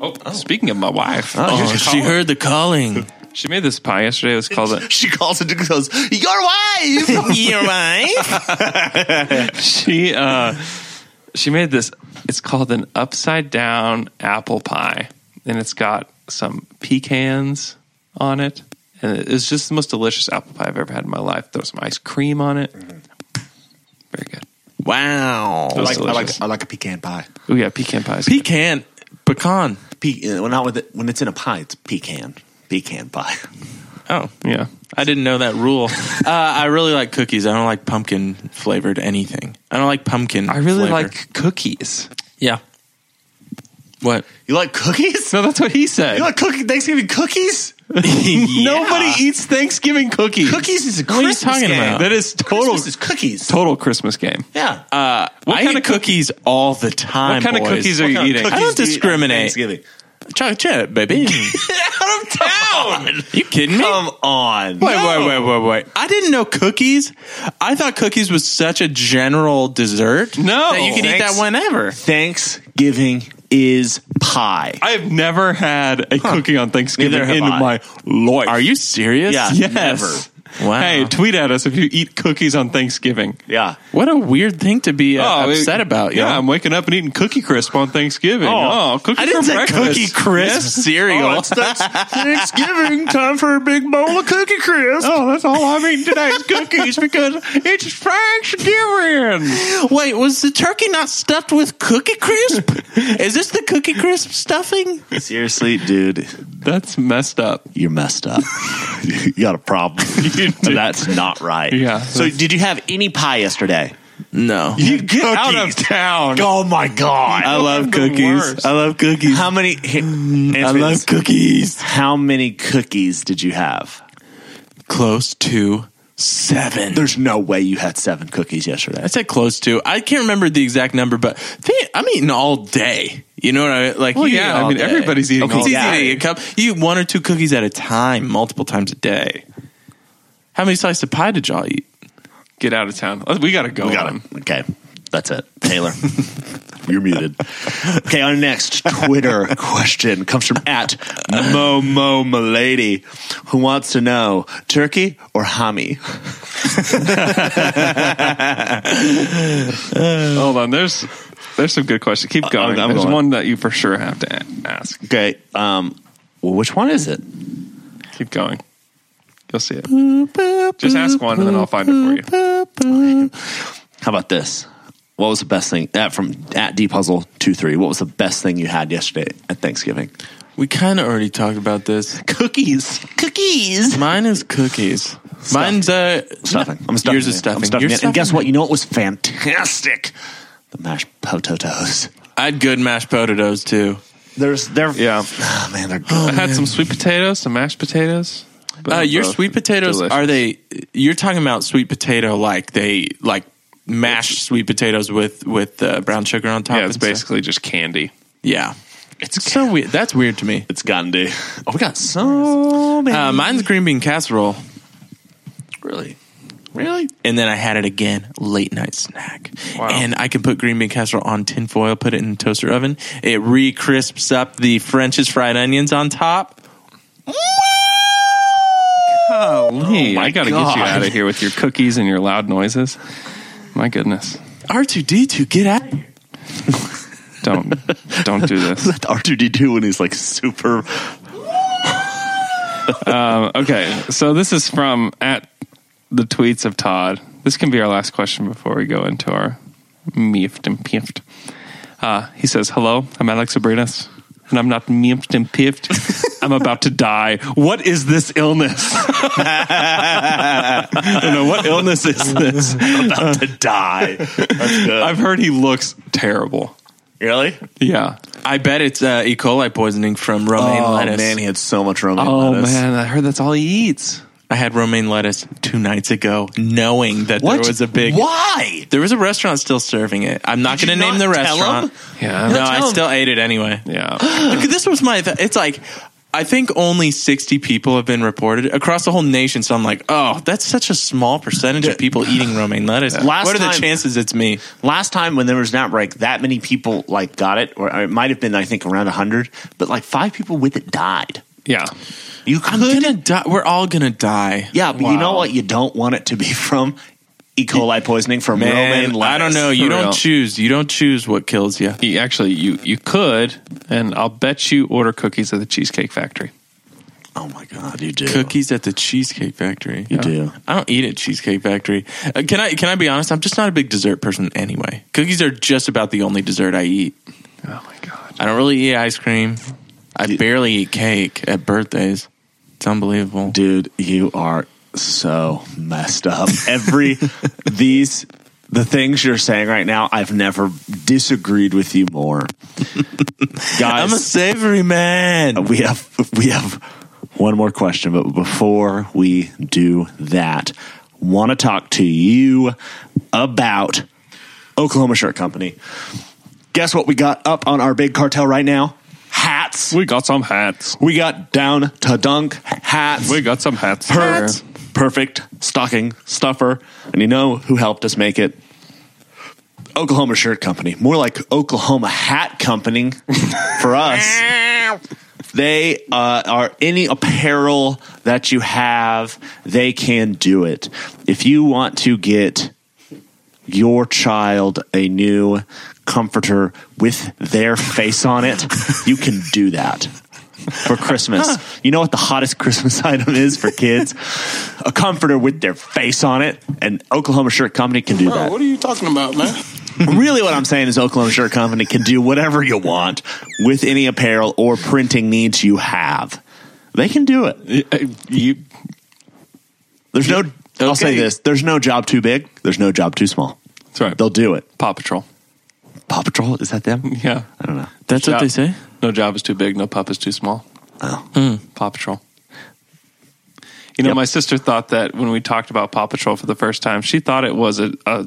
Speaker 5: Oh, speaking of my wife,
Speaker 6: Oh, she heard the calling.
Speaker 5: she made this pie yesterday. It was called a,
Speaker 4: She calls it and goes, "Your wife."
Speaker 6: Your wife.
Speaker 5: she uh, she made this. It's called an upside down apple pie, and it's got some pecans on it, and it's just the most delicious apple pie I've ever had in my life. Throw some ice cream on it.
Speaker 4: Mm-hmm.
Speaker 5: Very good.
Speaker 6: Wow.
Speaker 5: It was delicious.
Speaker 4: I like a pecan pie.
Speaker 5: Oh yeah, pecan pies.
Speaker 6: Pecan, pecan,
Speaker 4: Pe- uh, well, not with it, when it's in a pie, it's pecan. Pecan pie.
Speaker 6: Oh,
Speaker 5: Yeah.
Speaker 6: I didn't know that rule. uh, I really like cookies. I don't like pumpkin flavored anything. I don't like pumpkin.
Speaker 5: I really
Speaker 6: flavor.
Speaker 5: like cookies.
Speaker 6: Yeah. What?
Speaker 4: You like cookies?
Speaker 5: No, that's what he said.
Speaker 4: You like cookie Thanksgiving cookies?
Speaker 6: Nobody
Speaker 5: Nobody eats Thanksgiving cookies.
Speaker 4: Cookies is a
Speaker 6: are you
Speaker 4: Christmas
Speaker 6: talking
Speaker 4: game.
Speaker 6: about?
Speaker 5: That is total
Speaker 4: Christmas is cookies.
Speaker 5: total Christmas game.
Speaker 4: yeah.
Speaker 6: Uh,
Speaker 5: What
Speaker 6: I
Speaker 5: kind
Speaker 6: eat
Speaker 5: of
Speaker 6: cookies all the time.
Speaker 5: What kind of
Speaker 6: boys.
Speaker 5: cookies are you
Speaker 4: What kind of
Speaker 5: eating?
Speaker 4: cookies
Speaker 6: I don't
Speaker 4: do you eat on
Speaker 6: discriminate.
Speaker 4: Thanksgiving.
Speaker 6: chocolate chip, baby?
Speaker 4: Out of town. Oh,
Speaker 6: you kidding me?
Speaker 4: Come on.
Speaker 6: Wait, wait, wait, wait, wait. I didn't know cookies. I thought cookies was such a general dessert.
Speaker 5: No.
Speaker 6: That you can eat
Speaker 4: Thanks.
Speaker 6: that whenever.
Speaker 4: Thanksgiving is pie.
Speaker 5: I have never had a cookie on Thanksgiving
Speaker 4: Neither have
Speaker 5: in
Speaker 4: I.
Speaker 5: my life.
Speaker 6: Are you serious?
Speaker 4: Yeah,
Speaker 5: Yes.
Speaker 6: Never. Wow.
Speaker 5: Hey, tweet at us if you eat cookies on Thanksgiving.
Speaker 4: Yeah.
Speaker 6: What a weird thing to be uh,
Speaker 5: Oh,
Speaker 6: upset
Speaker 5: it-
Speaker 6: about.
Speaker 5: Yeah,
Speaker 6: yo.
Speaker 5: I'm waking up and eating cookie crisp on Thanksgiving. Oh, cookie
Speaker 6: I didn't
Speaker 5: for
Speaker 6: say
Speaker 5: breakfast.
Speaker 6: cookie crisp cereal.
Speaker 4: Thanksgiving, time for a big bowl of cookie crisp.
Speaker 5: Oh, that's all I'm eating today is cookies because it's Thanksgiving.
Speaker 6: Wait, was the turkey not stuffed with cookie crisp? Is this the cookie crisp stuffing?
Speaker 4: Seriously, dude,
Speaker 5: That's messed up.
Speaker 4: you're messed up. you got a problem. That's not right.
Speaker 5: Yeah.
Speaker 4: So, did you have any pie yesterday?
Speaker 6: No.
Speaker 4: You get
Speaker 5: Out of town.
Speaker 4: Oh my god!
Speaker 6: I love
Speaker 5: the
Speaker 6: cookies.
Speaker 5: worst.
Speaker 6: I love cookies.
Speaker 4: How many? I
Speaker 6: I love cookies.
Speaker 4: How many cookies did you have?
Speaker 6: Close to seven.
Speaker 4: There's no way you had seven cookies yesterday.
Speaker 6: I said close to. I can't remember the exact number, but they, I'm eating all day. You know what I mean? Like,
Speaker 5: Well,
Speaker 6: you
Speaker 5: yeah,
Speaker 6: eat
Speaker 5: I
Speaker 6: all
Speaker 5: mean,
Speaker 6: day.
Speaker 5: everybody's eating
Speaker 6: Okay,
Speaker 5: all
Speaker 6: it's easy to
Speaker 5: day.
Speaker 6: eat a cup. You eat one or two cookies at a time, multiple times a day. How many slices of pie did y'all eat?
Speaker 5: Get out of town. We gotta go.
Speaker 4: We got him.
Speaker 5: on.
Speaker 4: Okay. That's it. Taylor. You're muted. Okay, our next Twitter question comes from at Momo Milady, who wants to know turkey or hammy?
Speaker 5: Hold on. There's there's some good questions.
Speaker 6: Uh,
Speaker 5: Keep going.
Speaker 4: I'm
Speaker 5: there's
Speaker 4: going.
Speaker 5: one that you for sure have to a- ask.
Speaker 4: Okay, um, well, which one is it?
Speaker 5: Keep going. You'll see it. Just ask one and then I'll find it for you.
Speaker 4: How about this? What was the best thing uh, from at dpuzzle two three? What was the best thing you had yesterday at Thanksgiving?
Speaker 6: We kind of already talked about this.
Speaker 4: Cookies, cookies,
Speaker 6: Mine is cookies. Mine's uh,
Speaker 4: stuffing. I'm stuffing.
Speaker 6: Yours is
Speaker 4: it.
Speaker 6: stuffing.
Speaker 4: I'm stuffing.
Speaker 6: You're
Speaker 4: it. And guess
Speaker 6: stuffing
Speaker 4: what? You know what was fantastic? The mashed potatoes.
Speaker 6: I had good mashed potatoes too.
Speaker 4: There's they're
Speaker 5: Yeah.
Speaker 4: oh, man they're good.
Speaker 5: I had some sweet potatoes, some mashed potatoes. but
Speaker 6: Uh,
Speaker 5: they're
Speaker 6: your
Speaker 5: both
Speaker 6: sweet potatoes
Speaker 5: delicious.
Speaker 6: are they? You're talking about sweet potato like they like mashed sweet potatoes with with uh, brown sugar on top.
Speaker 5: Yeah, it's
Speaker 6: and stuff?
Speaker 5: basically just candy.
Speaker 6: yeah. It's so weird. That's weird to me.
Speaker 4: It's Gandhi. Oh, we got so many.
Speaker 6: Uh, mine's green bean casserole,
Speaker 4: really,
Speaker 6: and then I had it again late night snack.
Speaker 5: Wow.
Speaker 6: And I can put green bean casserole on tin foil, put it in the toaster oven. It re crisps up the French's fried onions on top.
Speaker 5: Hey, oh, I gotta get you
Speaker 4: God.
Speaker 5: out of here with your cookies and your loud noises. My goodness.
Speaker 6: R two D two, get out! of here.
Speaker 5: Don't don't do this.
Speaker 4: R two D two when he's like super.
Speaker 5: Okay, so this is from at the tweets of Todd. This can be our last question before we go into our miffed and piffed. Uh, he says, "Hello, I'm Alex Abrinas, and I'm not miffed and piffed. I'm about to die. What is this illness? I don't know what illness is this.
Speaker 4: about to die. That's good.
Speaker 5: I've heard he looks terrible.
Speaker 4: really?
Speaker 5: Yeah.
Speaker 6: I bet it's uh, E. coli poisoning from romaine
Speaker 4: Oh
Speaker 6: lettuce.
Speaker 4: man, he had so much romaine
Speaker 5: Oh
Speaker 4: lettuce.
Speaker 5: man, I heard that's all he eats.
Speaker 6: I had romaine lettuce two nights ago, knowing that
Speaker 4: What
Speaker 6: there was a big.
Speaker 4: Why?
Speaker 6: There was a restaurant still serving it. I'm not
Speaker 4: Did
Speaker 6: going to
Speaker 4: you
Speaker 6: name
Speaker 4: not
Speaker 6: the
Speaker 4: tell
Speaker 6: restaurant.
Speaker 5: Yeah.
Speaker 6: No,
Speaker 5: Not
Speaker 6: I
Speaker 4: tell 'em.
Speaker 6: still ate it anyway.
Speaker 5: Yeah.
Speaker 6: Look, this was my. Th- it's like I think only 60 people have been reported across the whole nation. So I'm like, oh, that's such a small percentage of people eating romaine lettuce.
Speaker 4: Last
Speaker 6: what are the
Speaker 4: time-
Speaker 6: chances it's me?
Speaker 4: Last time when there was an outbreak, that many people like got it, or it might have been I think around hundred, but like five people with it died.
Speaker 5: Yeah.
Speaker 4: You
Speaker 6: I'm
Speaker 4: could,
Speaker 6: gonna die. We're all gonna die.
Speaker 4: yeah, but you know what? You don't want it to be from E. coli poisoning from romaine
Speaker 6: Man,
Speaker 4: lettuce.
Speaker 6: I don't know. You
Speaker 5: For
Speaker 6: don't
Speaker 5: real.
Speaker 6: choose. You don't choose what kills you.
Speaker 5: You- actually you you could and i'll bet you order cookies at the cheesecake factory
Speaker 4: Oh my god, you do.
Speaker 6: Cookies at the Cheesecake Factory.
Speaker 4: You do.
Speaker 6: I don't eat at Cheesecake Factory. Uh, can I? Can I be honest? I'm just not a big dessert person anyway. Cookies are just about the only dessert I eat.
Speaker 5: oh my god
Speaker 6: I don't really eat ice cream. I barely eat cake at birthdays. It's unbelievable.
Speaker 4: dude you are so messed up every these the things you're saying right now i've never disagreed with you more
Speaker 6: I'm a
Speaker 4: guys
Speaker 6: savory man.
Speaker 4: we have we have one more question but before we do that want to talk to you about oklahoma shirt company guess what we got up on our big cartel right now hats
Speaker 5: We got some hats.
Speaker 4: we got down to dunk hats
Speaker 5: We got some hats.
Speaker 4: per- perfect stocking stuffer. And you know who helped us make it? Oklahoma Shirt Company, more like Oklahoma Hat Company for us. They uh, are any apparel that you have, they can do it. If you want to get your child a new comforter with their face on it, you can do that for Christmas. You know what the hottest Christmas item is for kids? A comforter with their face on it, and Oklahoma Shirt Company can do that.
Speaker 10: what are you talking about, man?
Speaker 4: Really, what I'm saying is Oklahoma Shirt Company can do whatever you want with any apparel or printing needs you have. They can do it.
Speaker 5: You,
Speaker 4: There's no. I'll say
Speaker 5: Okay.
Speaker 4: this: there's no job too big. There's no job too small.
Speaker 5: that's right.
Speaker 4: They'll do it.
Speaker 5: Paw Patrol.
Speaker 4: Paw Patrol is that them?
Speaker 5: Yeah.
Speaker 4: I don't know.
Speaker 6: That's what they say.
Speaker 5: No job is too big. No pup is too small. Hmm.
Speaker 4: Oh.
Speaker 5: Paw Patrol. You know,
Speaker 4: Yep.
Speaker 5: my sister thought that when we talked about Paw Patrol for the first time, she thought it was a a,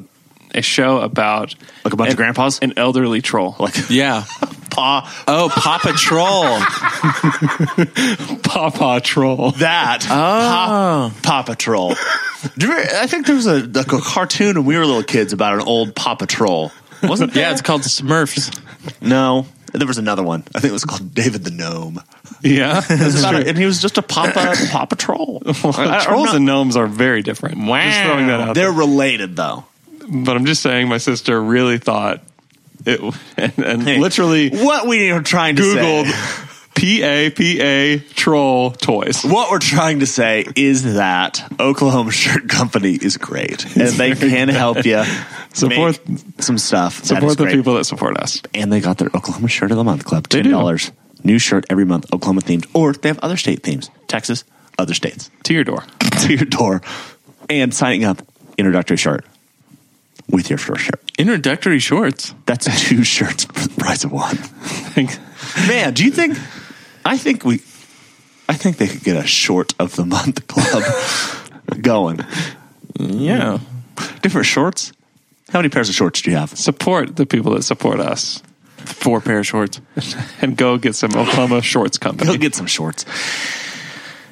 Speaker 5: a show about
Speaker 4: Like a bunch of
Speaker 5: an-
Speaker 4: grandpas?
Speaker 5: an elderly troll.
Speaker 4: Like
Speaker 6: Yeah.
Speaker 4: paw
Speaker 6: Oh, Paw Patrol.
Speaker 5: Paw Paw Troll.
Speaker 4: that
Speaker 6: Oh.
Speaker 4: Paw Patrol. Do you remember- I think there was a, like a cartoon when we were little kids about an old Paw Patrol. Wasn't there?
Speaker 6: Yeah, it's called Smurfs.
Speaker 4: no. There was another one. I think it was called David the Gnome.
Speaker 5: Yeah.
Speaker 4: It was about- and he was just a Papa Paw Patrol. I- I'm
Speaker 5: Trolls
Speaker 4: not-
Speaker 5: and gnomes are very different. Wow. Just throwing that out.
Speaker 4: They're related though.
Speaker 5: But I'm just saying, my sister really thought it, and, and
Speaker 4: Hey,
Speaker 5: literally
Speaker 4: What we are trying to
Speaker 5: Googled
Speaker 4: say,
Speaker 5: P A P A troll toys.
Speaker 4: what we're trying to say is that Oklahoma Shirt Company is great, and they can help you
Speaker 5: Support-
Speaker 4: make some stuff. that is
Speaker 5: Support the
Speaker 4: great.
Speaker 5: people that support us.
Speaker 4: and they got their Oklahoma Shirt of the Month Club.
Speaker 5: do.
Speaker 4: Ten dollars, new shirt every month, Oklahoma themed, or they have other state themes, Texas, other states
Speaker 5: To your door.
Speaker 4: to your door, and signing up introductory shirt with your first shirt.
Speaker 6: Introductory shorts.
Speaker 4: That's two shirts for the price of one.
Speaker 5: Thanks.
Speaker 4: Man, do you think? I think we, I think they could get a short of the month club going.
Speaker 6: Yeah.
Speaker 4: Different shorts. How many pairs of shorts do you have?
Speaker 5: Support the people that support us.
Speaker 6: Four pair of shorts.
Speaker 5: and go get some Oklahoma Shorts
Speaker 4: Go
Speaker 5: Company.
Speaker 4: get some shorts.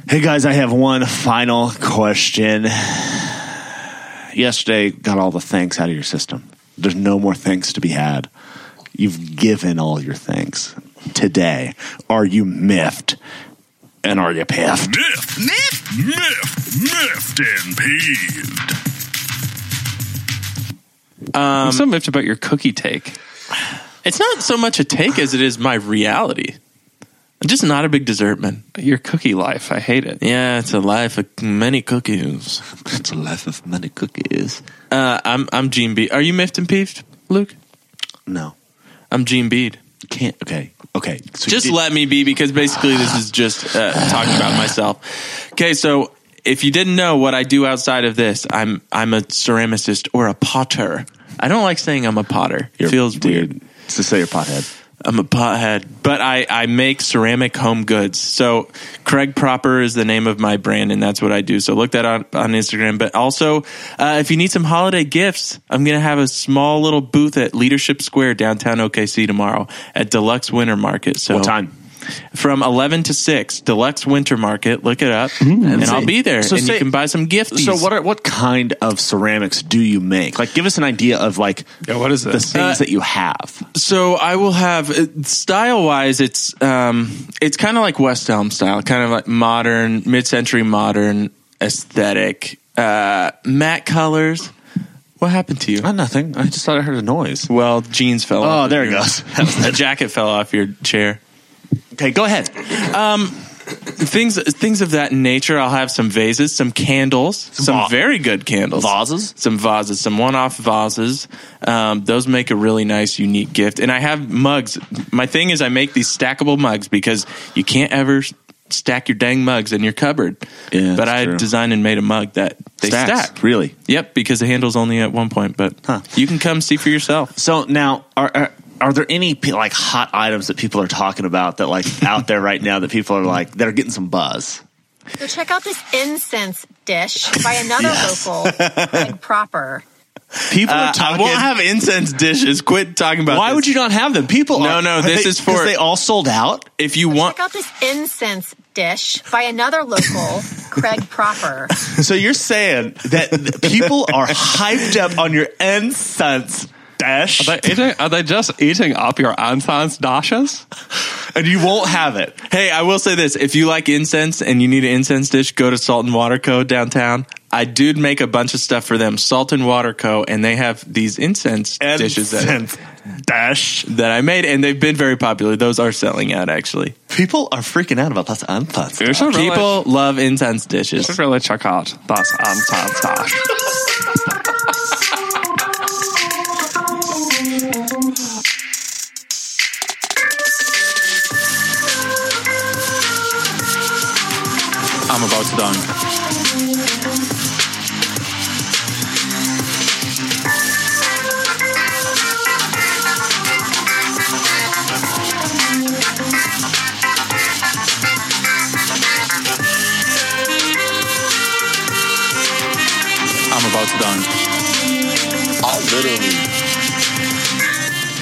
Speaker 4: Hey guys, I have one final question. Yesterday, got all the thanks out of your system. There's no more thanks to be had. You've given all your thanks. Today, are you miffed? And are you piffed?
Speaker 1: Miff, miff, miff, miffed and peeved.
Speaker 4: Um,
Speaker 5: I'm so miffed about your cookie take.
Speaker 6: It's not so much a take as it is my reality. I'm just not a big dessert man.
Speaker 5: Your cookie life. I hate it.
Speaker 6: Yeah, it's a life of many cookies.
Speaker 4: It's a life of many cookies.
Speaker 6: Uh, I'm I'm Gene Bead. Are you miffed and peeved, Luke?
Speaker 4: No,
Speaker 6: I'm Gene Bead.
Speaker 4: can't. Okay, okay. So you
Speaker 6: just
Speaker 4: did-
Speaker 6: let me be because basically this is just uh, talking about myself. Okay, so if you didn't know what I do outside of this, I'm I'm a ceramicist or a potter. I don't like saying I'm a potter. It
Speaker 4: You're-
Speaker 6: feels weird.
Speaker 4: dude, Just say you're a pothead.
Speaker 6: I'm a pothead, but I, I make ceramic home goods. So Craig Proper is the name of my brand, and that's what I do. So look that up on Instagram. But also, uh, if you need some holiday gifts, I'm going to have a small little booth at Leadership Square downtown OKC tomorrow at Deluxe Winter Market. So
Speaker 4: What time?
Speaker 6: From 11 to 6, Deluxe Winter Market. Look it up, and I'll be there,
Speaker 4: Mm-hmm. So
Speaker 6: and
Speaker 4: say-
Speaker 6: you can buy some gifties.
Speaker 4: So what are, what kind of ceramics do you make? Like, give us an idea of like
Speaker 5: Yeah, what is
Speaker 4: the
Speaker 5: this?
Speaker 4: things that you have.
Speaker 6: so I will have style wise, it's um, it's kind of like West Elm style, kind of like modern, mid century modern aesthetic, uh, matte colors. What happened to you?
Speaker 4: Not nothing. I just thought I heard a noise.
Speaker 6: Well, jeans fell.
Speaker 4: Oh,
Speaker 6: off.
Speaker 4: there it goes.
Speaker 6: the jacket fell off your chair.
Speaker 4: okay, go ahead.
Speaker 6: things things of that nature. I'll have some vases, some candles, some,
Speaker 4: va-
Speaker 6: very good candles,
Speaker 4: Vases?
Speaker 6: some vases, some one off vases. Um, those make a really nice, unique gift. And I have mugs. My thing is, I make these stackable mugs because you can't ever s- stack your dang mugs in your cupboard.
Speaker 4: Yeah,
Speaker 6: but
Speaker 4: that's
Speaker 6: I
Speaker 4: true.
Speaker 6: designed and made a mug that they
Speaker 4: Stacks,
Speaker 6: stack.
Speaker 4: really?
Speaker 6: Yep, because the handle's only at one point. But
Speaker 4: Huh.
Speaker 6: you can come see for yourself.
Speaker 4: So now, are, are are there any pe- like hot items that people are talking about that like out there right now that people are like that are getting some buzz?
Speaker 11: So check out this incense dish by another local, Greg Proper.
Speaker 4: People
Speaker 6: Uh,
Speaker 4: are
Speaker 6: I
Speaker 4: talking.
Speaker 6: won't have incense dishes. Quit talking about.
Speaker 4: why
Speaker 6: this.
Speaker 4: would you not have them? People.
Speaker 6: No,
Speaker 4: are-
Speaker 6: no,
Speaker 4: are
Speaker 6: this
Speaker 4: they-
Speaker 6: is for-
Speaker 4: 'cause they all sold out.
Speaker 6: If you want,
Speaker 11: Check out this incense dish by another local, Craig Proper.
Speaker 4: So you're saying that th- people are hyped up on your incense dash,
Speaker 5: Are they, eating, are they just eating up your Ansan's dashes?
Speaker 4: and you won't have it.
Speaker 6: Hey, I will say this: if you like incense and you need an incense dish, go to Salt and Water Co. downtown. I do make a bunch of stuff for them, Salt and Water Co. And they have these incense dishes that,
Speaker 4: Incense dash.
Speaker 6: that I made, and they've been very popular. Those are selling out, actually.
Speaker 4: People are freaking out about this incense.
Speaker 5: You should really-
Speaker 6: People love incense
Speaker 5: you should
Speaker 6: dishes.
Speaker 5: really check out that's Ansan's dash.
Speaker 2: I'm about to dunk. I'm about to dunk.
Speaker 12: I literally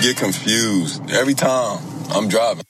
Speaker 12: get confused every time I'm driving.